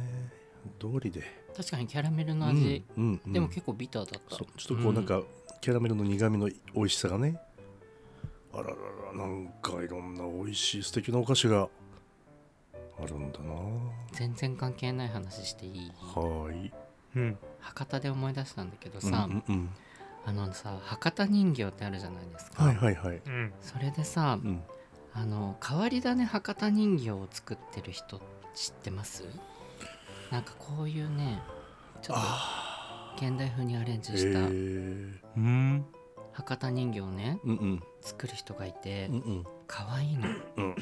Speaker 3: 通りで
Speaker 2: 確かにキャラメルの味、、
Speaker 3: うんうんうん
Speaker 2: でも結構ビターだった
Speaker 3: そうちょっとこうなんか、キャラメルの苦味の美味しさがねあらららなんかいろんな美味しい素敵なお菓子があるんだな
Speaker 2: 全然関係ない話していい
Speaker 3: はーい
Speaker 1: うん
Speaker 2: 博多で思い出したんだけどさ、
Speaker 3: うんうんうん
Speaker 2: あのさ博多人形ってあるじゃないですか、
Speaker 3: はいはいはい、
Speaker 1: うん
Speaker 2: それでさ
Speaker 3: うん、
Speaker 2: あの変わり種博多人形を作ってる人知ってますなんかこういうねちょっと現代風にアレンジ
Speaker 3: え
Speaker 2: した
Speaker 3: ー、
Speaker 1: うん
Speaker 2: 博多人形をね
Speaker 3: うんうん
Speaker 2: 作る人がいて
Speaker 3: うんうん
Speaker 2: 可愛いの
Speaker 3: うん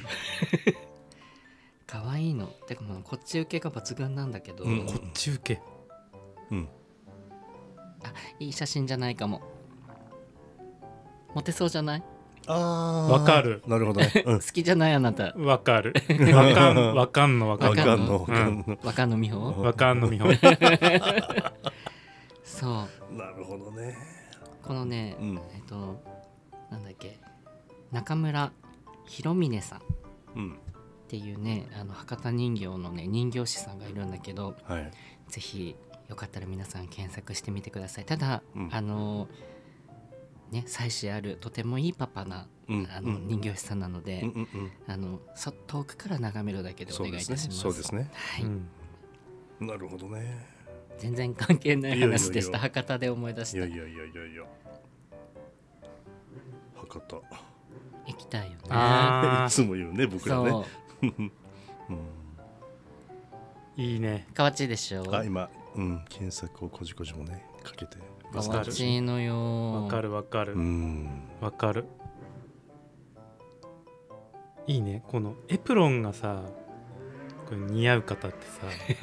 Speaker 2: 可愛いのてかもうこっち受けが抜群なんだけど、
Speaker 3: うん
Speaker 1: こっち受け
Speaker 3: うん
Speaker 2: いい写真じゃないかもモテそうじゃない
Speaker 3: ああ
Speaker 1: わかる
Speaker 3: なるほどね、うん
Speaker 2: 好きじゃないあなた
Speaker 1: わかるわかんわかんのわかん
Speaker 3: わ
Speaker 1: の
Speaker 3: かんのわ
Speaker 1: うん
Speaker 3: かんの、
Speaker 2: 若野美穂
Speaker 1: わかんのみほ
Speaker 2: そう
Speaker 3: なるほどね
Speaker 2: このね、
Speaker 3: うん
Speaker 2: えっとなんだっけ中村弘峰さんっ
Speaker 3: うん
Speaker 2: ていうねあの博多人形のね人形師さんがいるんだけど
Speaker 3: はい
Speaker 2: ぜひよかったら皆さん検索してみてくださいただ、
Speaker 3: うん
Speaker 2: あのね妻子あるとてもいいパパな
Speaker 3: うん
Speaker 2: あ
Speaker 3: う
Speaker 2: の
Speaker 3: ん
Speaker 2: 人形師さんなので、
Speaker 3: うんうんうん
Speaker 2: あのそ遠くから眺めるだけでお
Speaker 3: そ
Speaker 2: 願
Speaker 3: う
Speaker 2: いい
Speaker 3: で
Speaker 2: た
Speaker 3: す
Speaker 2: しま
Speaker 3: ね
Speaker 2: す
Speaker 3: そうですね
Speaker 2: はい、
Speaker 1: うん
Speaker 3: なるほどね
Speaker 2: 全然関係ない
Speaker 3: いやいやいや
Speaker 2: 話でした博多で思い出し
Speaker 3: い
Speaker 2: た
Speaker 3: やいやいやいやいや博多
Speaker 2: 行きたいよね
Speaker 1: あ
Speaker 3: いつも言うね僕らね
Speaker 2: そう
Speaker 3: うん
Speaker 1: ーいいね
Speaker 2: かわちいでしょ
Speaker 3: あ今うん検索をこじこじもねかけて
Speaker 1: わ
Speaker 2: か
Speaker 1: か
Speaker 2: わ
Speaker 1: る
Speaker 2: ちいのよ
Speaker 1: わかるわかる
Speaker 3: うん
Speaker 1: わかるいいねこのエプロンがさこれ似合う方って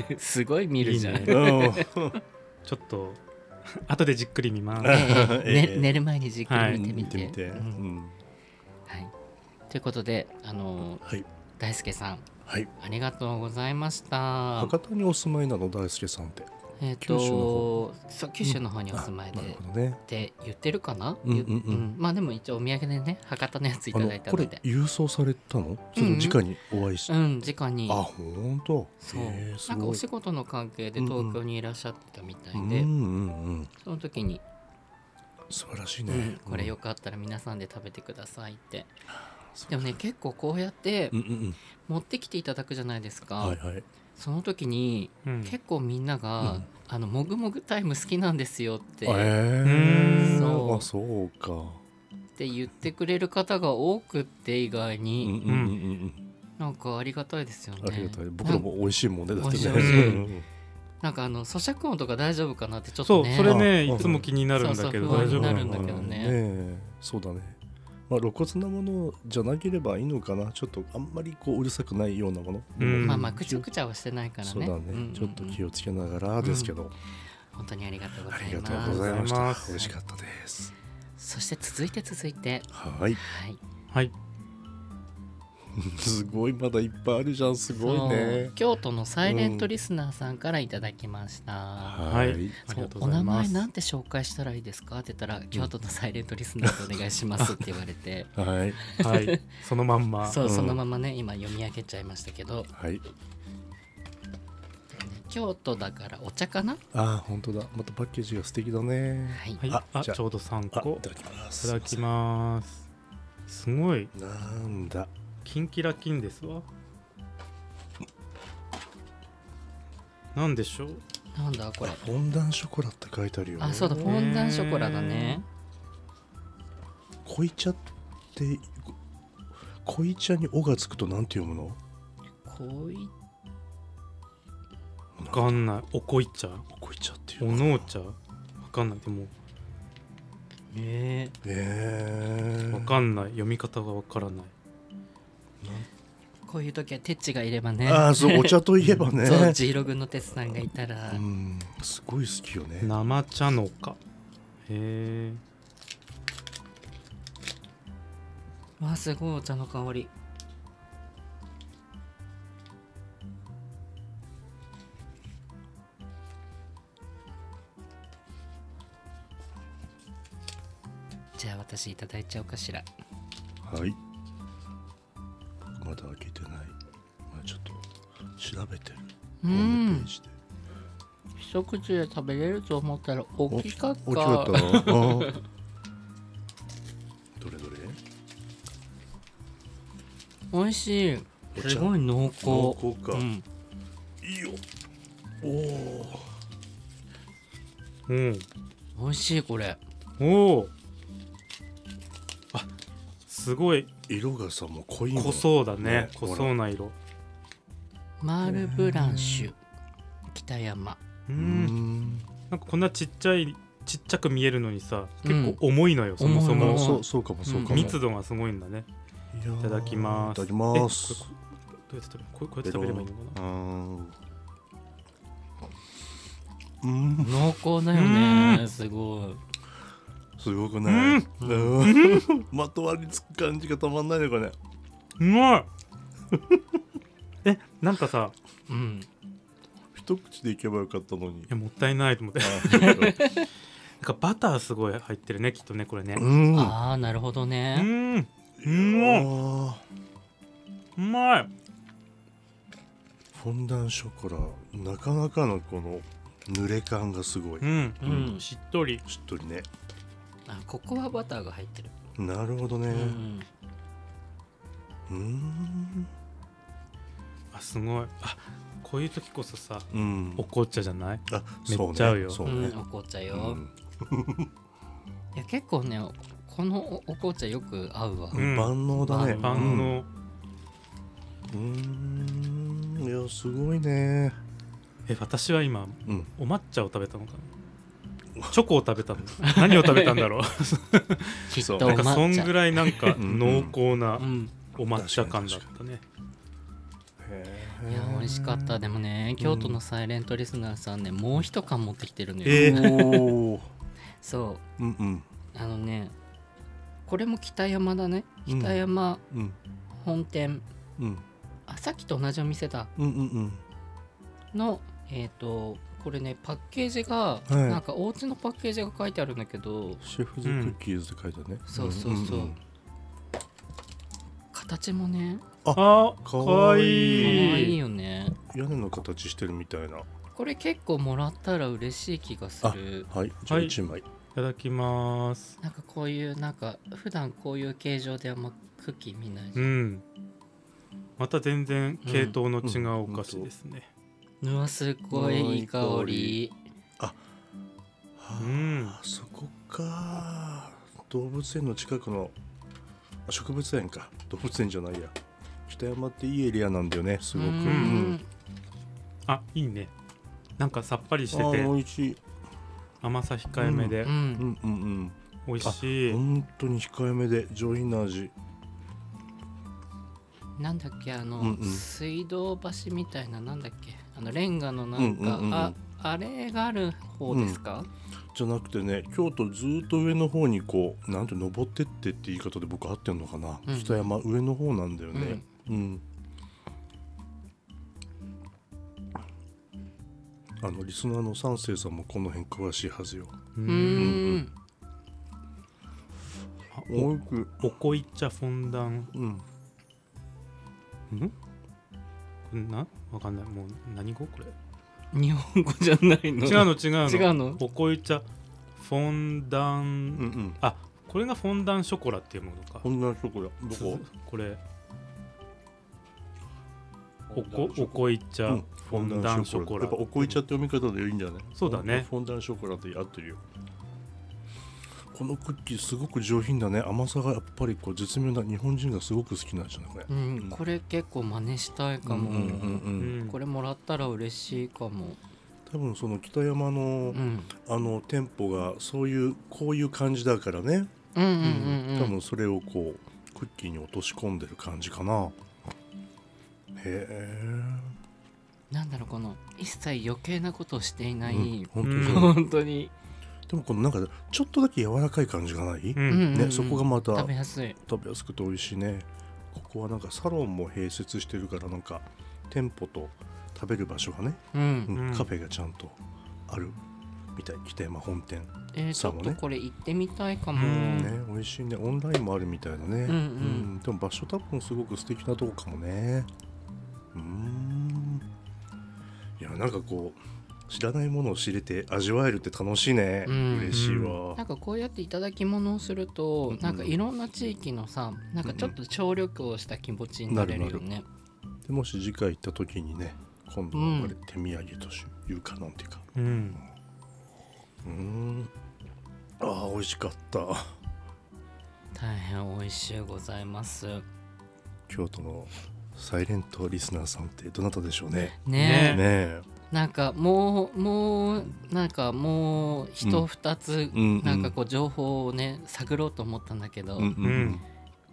Speaker 1: さ
Speaker 2: すごい見るじゃん。
Speaker 1: いい
Speaker 3: うん
Speaker 1: ねちょっと 後でじっくり見ます
Speaker 2: え
Speaker 1: は
Speaker 2: え
Speaker 3: え
Speaker 2: ね
Speaker 3: え
Speaker 2: 寝る前にじっくり見てみ
Speaker 3: 見
Speaker 2: て。
Speaker 3: てみて
Speaker 2: う
Speaker 3: うんん
Speaker 2: はい、ということで、あのー
Speaker 3: はい
Speaker 2: 大輔さん
Speaker 3: はい
Speaker 2: ありがとうございました。
Speaker 3: 博多にお住まいなの大輔さんって
Speaker 2: えっ、と
Speaker 3: 九州の方
Speaker 2: そう九州の方にお住まいで、
Speaker 3: なる
Speaker 2: っ
Speaker 3: ほどね
Speaker 2: て言ってるかな、
Speaker 3: うんうんうん
Speaker 2: ゆまあでも一応お土産でね博多のやつい
Speaker 3: あ
Speaker 2: た
Speaker 3: の
Speaker 2: だいた
Speaker 3: こ
Speaker 2: の
Speaker 3: れ
Speaker 2: で
Speaker 3: 郵送されたのそれとも直にお会いし
Speaker 2: うん直に
Speaker 3: あ本当
Speaker 2: そう、
Speaker 3: へーす
Speaker 2: なんか
Speaker 3: ご
Speaker 2: お
Speaker 3: い
Speaker 2: 仕事の関係で東京にいらっしゃってたみた
Speaker 3: う
Speaker 2: い
Speaker 3: ん
Speaker 2: で、
Speaker 3: うんうん
Speaker 2: その時に、
Speaker 3: 素晴らしい
Speaker 2: うん
Speaker 3: ね
Speaker 2: これよ
Speaker 3: く
Speaker 2: かったら皆さんで食べてくださいってでもね結構こうやって
Speaker 3: うんうんうん
Speaker 2: 持ってきていただくじゃないですか、
Speaker 3: はいはい
Speaker 2: その時に
Speaker 1: うん
Speaker 2: 結構みんなが、
Speaker 3: うん
Speaker 2: あのもぐもぐタイム好きなんですよって、
Speaker 3: え
Speaker 1: う
Speaker 3: え
Speaker 1: ん
Speaker 2: そう
Speaker 3: あそうか
Speaker 2: って言ってくれる方が多くって意外
Speaker 3: うんうん
Speaker 2: に、
Speaker 3: うんうん
Speaker 2: なんかありがたいですよね
Speaker 3: ありがたい僕らも美味しいもんねだってね
Speaker 2: 美
Speaker 1: 味しい美味しい
Speaker 3: うんうん
Speaker 2: なんかあの咀嚼音とか大丈夫かなってちょっ
Speaker 1: そ
Speaker 2: と
Speaker 1: う
Speaker 2: ね
Speaker 1: それね
Speaker 3: あ
Speaker 1: いつも気になるんだけど
Speaker 2: そうそう
Speaker 1: 大丈夫
Speaker 2: 不
Speaker 1: な
Speaker 2: 安
Speaker 1: の
Speaker 2: になるんだけどね
Speaker 3: えそうだねまあ露骨なものじゃなければいいのかなちょっとあんまりこううるさくないようなもの、
Speaker 1: うん
Speaker 2: まあまあくちゃくちゃはしてないからね
Speaker 3: そうだ
Speaker 2: ん
Speaker 3: ね、
Speaker 2: んうん
Speaker 3: ちょっと気をつけながらですけど、
Speaker 2: 本当にありがとうござ
Speaker 3: あり
Speaker 2: い
Speaker 3: がと
Speaker 2: ま
Speaker 3: うご
Speaker 2: す
Speaker 3: ざい
Speaker 1: あ
Speaker 3: まし
Speaker 1: りがとうござい
Speaker 3: た
Speaker 1: ます
Speaker 3: 美味しかったです
Speaker 2: そして続いて続いて
Speaker 3: はい
Speaker 2: はい
Speaker 1: はい
Speaker 3: すごいまだいっぱいあるじゃんすごい
Speaker 2: そ
Speaker 3: ね
Speaker 2: う京都のサイレントリスナーさんからいただきました、
Speaker 1: はいあり
Speaker 2: そ
Speaker 1: が
Speaker 2: う
Speaker 1: とう
Speaker 2: お
Speaker 1: ござ
Speaker 2: 名
Speaker 1: いま
Speaker 2: 前な
Speaker 1: す
Speaker 2: んて紹介したらいいですかって言ったら京都のサイレントリスナーでお願いしますって言われて
Speaker 3: はい
Speaker 1: はいそのまんま
Speaker 2: そう
Speaker 3: うん
Speaker 2: そのままね今読み上げちゃいましたけど
Speaker 3: はい
Speaker 2: 京都だからお茶かな
Speaker 3: ああ本当だまたパッケージが素敵だね
Speaker 2: はい、
Speaker 1: はい
Speaker 3: あ
Speaker 1: あ
Speaker 3: じゃあ
Speaker 1: ちょうど三
Speaker 3: あい
Speaker 1: 個
Speaker 3: ただきま
Speaker 1: い
Speaker 3: す
Speaker 1: ただきますすごい
Speaker 3: なんだ
Speaker 1: キンキラキンですわなんでしょう
Speaker 2: なんだこれ
Speaker 3: フォンダンショコラって書いてあるよ
Speaker 2: あそうだフォンダンショコラだね
Speaker 3: 濃茶って濃茶に「お」がつくとなんて読むの
Speaker 2: こうい
Speaker 1: わかんないおこい茶
Speaker 3: 濃茶ってい
Speaker 1: お
Speaker 3: う
Speaker 1: のう茶わかんないでも
Speaker 2: え
Speaker 3: ええ
Speaker 1: わかんない読み方がわからない
Speaker 2: こういう時はテッチがいればね
Speaker 3: ああそうお茶といえ ばね
Speaker 2: そうジーロ軍のテツさんがいたら、
Speaker 3: うんすごい好きよね
Speaker 1: 生茶のかへえ
Speaker 2: わあすごいお茶の香りじゃあ私いただいちゃおうかしら
Speaker 3: はいまだ開けてない、まあ、ちょっと調べてる
Speaker 2: う
Speaker 3: ホームペー
Speaker 2: ん
Speaker 3: ジで
Speaker 2: 一口で食べれると思ったら大きかった
Speaker 3: お大きかったなあ ーどれどれ
Speaker 2: 美味しい
Speaker 3: お茶
Speaker 2: すごい濃厚
Speaker 3: 濃厚か
Speaker 2: うん、
Speaker 3: いいよおお
Speaker 1: うん
Speaker 2: 美味しいこれ
Speaker 1: おおあすごい
Speaker 3: 色がさもう濃いの
Speaker 1: 濃そうだね
Speaker 3: ね
Speaker 1: 濃そうな色
Speaker 2: マールブランシュ北山
Speaker 1: う
Speaker 3: うんん
Speaker 1: なんかこんなちっちゃいちっちゃく見えるのにさ
Speaker 2: う
Speaker 1: 結
Speaker 2: ん
Speaker 1: 構重いのよ、そもそ
Speaker 2: 重い
Speaker 1: も
Speaker 2: 重い
Speaker 3: そうそうかもそうかも、
Speaker 2: うん
Speaker 1: 密度がすごいんだね
Speaker 3: やー
Speaker 1: いただきます
Speaker 3: いただきます
Speaker 1: えこれこれどうやって食べるこうこうやって食べればいいのかな
Speaker 3: うんうん
Speaker 2: 濃厚だよねすご
Speaker 3: すごくない、うん まとわりつく感じがたまんないねこれ
Speaker 1: うまい えなんかさ
Speaker 2: いうん
Speaker 3: 一口でいけばよかったのに
Speaker 1: いやもったいないと思って
Speaker 3: あ
Speaker 1: なんかバターすごい入ってるねきっとねこれね
Speaker 3: うん
Speaker 2: ああなるほど
Speaker 1: う
Speaker 2: ね
Speaker 1: んうんう
Speaker 3: あ
Speaker 1: まい
Speaker 3: ーフォンダンショコラなかなかのこの濡れ感がすごい、
Speaker 1: うん、
Speaker 2: う
Speaker 1: うんん、しっとり
Speaker 3: しっとりね
Speaker 2: あここはバターが入ってる、
Speaker 3: なるほど
Speaker 2: う
Speaker 3: ね
Speaker 2: ん、
Speaker 3: うん
Speaker 1: あすごいあこういう時こそさ
Speaker 3: うん
Speaker 1: お紅茶じゃない
Speaker 3: あ
Speaker 1: めっ
Speaker 3: そうね
Speaker 1: ちゃ合うよ
Speaker 3: そううね
Speaker 2: ん、お紅茶
Speaker 3: う
Speaker 2: よ、
Speaker 3: ん
Speaker 2: いや結構ねこのおお紅茶よく合うわ、
Speaker 1: うん
Speaker 3: 万能だね
Speaker 1: 万能、
Speaker 3: うんうんいやすごいね
Speaker 1: え私は今
Speaker 3: うん
Speaker 1: お抹茶を食べたのかなチョコを食べたの何を食べたんだ ろう
Speaker 2: きっと
Speaker 3: そう
Speaker 2: お
Speaker 1: なんかそん
Speaker 2: 抹茶
Speaker 1: ぐらいなんか
Speaker 3: うん
Speaker 1: 濃厚な
Speaker 2: うん、
Speaker 1: お抹茶感だったね
Speaker 2: いや美味しかったでもね京都のサイレントリスナーさんねもう一缶持ってきてるのよ、
Speaker 1: え
Speaker 3: おお
Speaker 2: そ
Speaker 3: うんうん
Speaker 2: うあのねこれも北山だね
Speaker 3: うん
Speaker 2: 北山
Speaker 3: うん
Speaker 2: 本店、
Speaker 3: うん
Speaker 2: あさっきと同じお店だ
Speaker 3: うんうんうん
Speaker 2: のえっ、とこれねパッケージが、
Speaker 3: い
Speaker 2: なんかお家のパッケージが書いてあるんだけど
Speaker 3: シェフズクッキーズって書いてあるね、
Speaker 2: そうそうそうん
Speaker 3: んん
Speaker 2: 形もね
Speaker 1: あ
Speaker 3: か
Speaker 1: か
Speaker 3: わ
Speaker 1: わ
Speaker 2: 可
Speaker 3: い
Speaker 2: 愛
Speaker 1: い
Speaker 2: い
Speaker 1: い
Speaker 2: よね
Speaker 3: 屋根の形してるみたいな
Speaker 2: これ結構もらったら嬉しい気がする
Speaker 3: はいじゃあ
Speaker 1: はい
Speaker 3: 1枚、
Speaker 1: ただきます
Speaker 2: なんかこういうなんか普段こういう形状であんまクッキー見ないじ
Speaker 1: う
Speaker 2: ゃん
Speaker 1: んまた全然系統の違うお菓子ですね
Speaker 2: うわすごいいい香り
Speaker 3: は
Speaker 1: う
Speaker 3: あ
Speaker 1: ん
Speaker 3: あそこか動物園の近くのあ植物園か動物園じゃないや北山っていいエリアなんだよねすごく
Speaker 2: う
Speaker 3: うん
Speaker 2: ん
Speaker 1: あいいねなんかさっぱりし
Speaker 3: あ
Speaker 1: てて
Speaker 3: ー美味しい
Speaker 1: 甘さ控えめで
Speaker 2: う
Speaker 3: うんんうん
Speaker 1: 美味
Speaker 3: う
Speaker 1: し
Speaker 3: ん
Speaker 1: い、
Speaker 3: 本当に控えめで上品な味
Speaker 2: なんだっけあの、
Speaker 3: うんうん
Speaker 2: 水道橋みたいななんだっけあのレンガのなんか、
Speaker 3: うんうんうんうん
Speaker 2: ああれがある方ですか、
Speaker 3: じゃなくてね京都ずーっと上の方にこうなんて登ってってって言い方で僕合ってんのかな、
Speaker 2: うん
Speaker 3: 北山上の方なんだよねうん、あのリスナーの三世さんもこの辺詳しいはずよ
Speaker 1: う
Speaker 2: うん
Speaker 1: ん
Speaker 2: ん
Speaker 1: あ
Speaker 3: おいく
Speaker 1: おおこい茶フォンダン
Speaker 3: うん
Speaker 1: んなわかんないもう何語これ
Speaker 2: 日本語じゃないの
Speaker 1: 違うの違うの
Speaker 2: 違うの
Speaker 1: おこい茶フォンダン、
Speaker 3: うんうん
Speaker 1: あこれがフォンダンショコラっていうものか
Speaker 3: こんなとこだどこ
Speaker 1: これおこおこい茶、
Speaker 3: うん
Speaker 1: フォンダンショコラ
Speaker 3: やっぱおこい茶って読み方でいいんじゃない
Speaker 1: そうだね
Speaker 3: フォンダンショコラって合ってるよこのクッキーすごく上品だね甘さがやっぱりこう絶妙な日本人がすごく好きなんじゃないこれ
Speaker 2: うん、これ結構真似したいかも、
Speaker 3: うんうんうんうん
Speaker 1: うん
Speaker 2: これもらったら嬉しいかも、
Speaker 3: 多分その北山の、
Speaker 2: うん、
Speaker 3: あの店舗がそういうこういう感じだからね、
Speaker 2: うんうんうんう
Speaker 3: 多
Speaker 2: ん
Speaker 3: 分それをこうクッキーに落とし込んでる感じかなへえ
Speaker 2: なんだろうこの一切余計なことをしていない、
Speaker 3: うん本当
Speaker 1: うん
Speaker 3: にそう
Speaker 2: 本当に、
Speaker 3: でもこのなんかちょっとだけ柔らかい感じがない、
Speaker 1: う
Speaker 2: うんんうんうん
Speaker 3: ね、そこがまた
Speaker 2: 食べやすい
Speaker 3: 食べやすくて美味しいねここはなんかサロンも併設してるからなんか店舗と食べる場所がね、
Speaker 2: うん、
Speaker 3: うん
Speaker 1: うん
Speaker 3: カフェがちゃんとあるみたい北山本店、
Speaker 2: えー、ちょっ
Speaker 3: そう
Speaker 2: と
Speaker 3: ね
Speaker 2: これ行ってみたいかも、
Speaker 1: うん
Speaker 3: ね美味しいねオンラインもあるみたいなね、
Speaker 2: うんうん
Speaker 3: んでも場所多分すごく素敵なとこかもねうーんいやなんかこう知らないものを知れて味わえるって楽しいね、
Speaker 2: うん
Speaker 3: 嬉しい
Speaker 2: な
Speaker 3: わ
Speaker 2: んかこうやっていただき物をすると、
Speaker 3: うん
Speaker 2: なんかいろんな地域のさなんかちょっと協力をした気持ちになれるよね、
Speaker 3: でもし次回行った時にね今度はこれ手土産というかなんていうか
Speaker 1: うん
Speaker 3: うーんああ美味しかった
Speaker 2: 大変美味しゅうございますね
Speaker 3: 京都のサイレントリスナーさんってどなたでしょうね
Speaker 2: え
Speaker 3: ね
Speaker 1: ね
Speaker 3: え
Speaker 2: なんかもうもうなんかもう人二つ、
Speaker 3: うんうん
Speaker 2: なんかこう情報をね探ろうと思ったんだけど、
Speaker 3: うんうんうん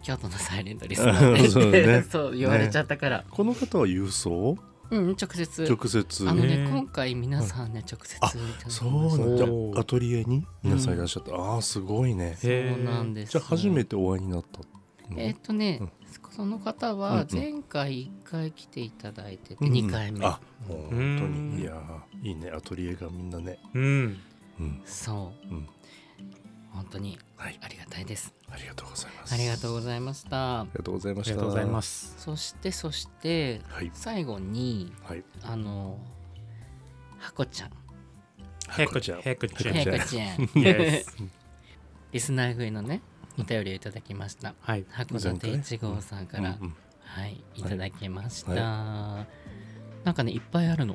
Speaker 2: 京都のサイレントリスナーで
Speaker 3: そうね
Speaker 2: そう言われちゃったから、
Speaker 3: この方は郵送
Speaker 2: うん直接
Speaker 3: 直接
Speaker 2: あのね
Speaker 1: ね
Speaker 2: 今回皆さんね、直接いただきました
Speaker 3: そうなん
Speaker 1: お
Speaker 3: だ
Speaker 1: ー
Speaker 3: アトリエに皆さんいらっしゃった、ああすごいね
Speaker 1: へえ
Speaker 2: そうなんです
Speaker 3: じゃあ初めてお会いになったの
Speaker 2: えっ、とね、
Speaker 3: うん
Speaker 2: その方
Speaker 3: うんう
Speaker 2: は
Speaker 3: ん
Speaker 2: 前回1回来ていただいてて
Speaker 3: うん
Speaker 2: 2回目、
Speaker 3: あもう本当
Speaker 1: うん
Speaker 3: にいやーいいねアトリエがみんなね
Speaker 1: うん
Speaker 3: うん
Speaker 2: そう
Speaker 3: うん
Speaker 2: 本当に
Speaker 3: はい
Speaker 2: ありがたいです
Speaker 3: ありがとうございます
Speaker 2: ありがとう
Speaker 3: あ
Speaker 2: ございました
Speaker 3: りがとうございま
Speaker 1: あり
Speaker 3: した
Speaker 1: がとうございます す
Speaker 2: そしてそして
Speaker 3: はい
Speaker 2: 最後に
Speaker 3: はい
Speaker 2: あのハコちゃん
Speaker 1: ヘクチェ
Speaker 3: は
Speaker 1: ヘクチ
Speaker 3: ゃん
Speaker 2: ハ
Speaker 1: ェ
Speaker 2: コちゃん
Speaker 1: Yes
Speaker 2: リスナー風のねお便りをいただきました
Speaker 1: はい
Speaker 2: 函館一号さんから、
Speaker 3: うんうん
Speaker 2: はいいただきました、
Speaker 3: はい
Speaker 2: なんかねいっぱいあるの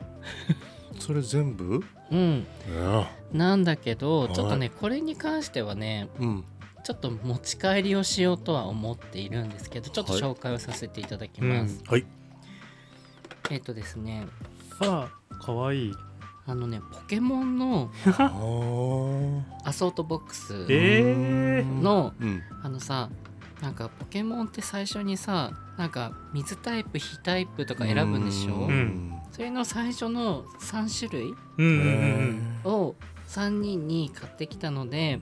Speaker 3: それ全部
Speaker 2: うん
Speaker 3: いや
Speaker 2: なんだけど
Speaker 3: はい
Speaker 2: ちょっとねこれに関してはね
Speaker 3: ーうん
Speaker 2: ちょっと持ち帰りをしようとは思っているんですけどちょっと紹介をさせていただきます、
Speaker 3: はい
Speaker 2: えっ、とですね
Speaker 1: さあかわいい
Speaker 2: あのねポケモンの
Speaker 3: あー
Speaker 2: アソートボックス
Speaker 1: えー
Speaker 2: の
Speaker 3: うん
Speaker 2: あのさなんかポケモンって最初にさなんか水タイプ火タイプとか選ぶんでしょ、
Speaker 3: う
Speaker 2: それの最初の3種類
Speaker 1: うんうんうん
Speaker 3: へ
Speaker 2: を3人に買ってきたので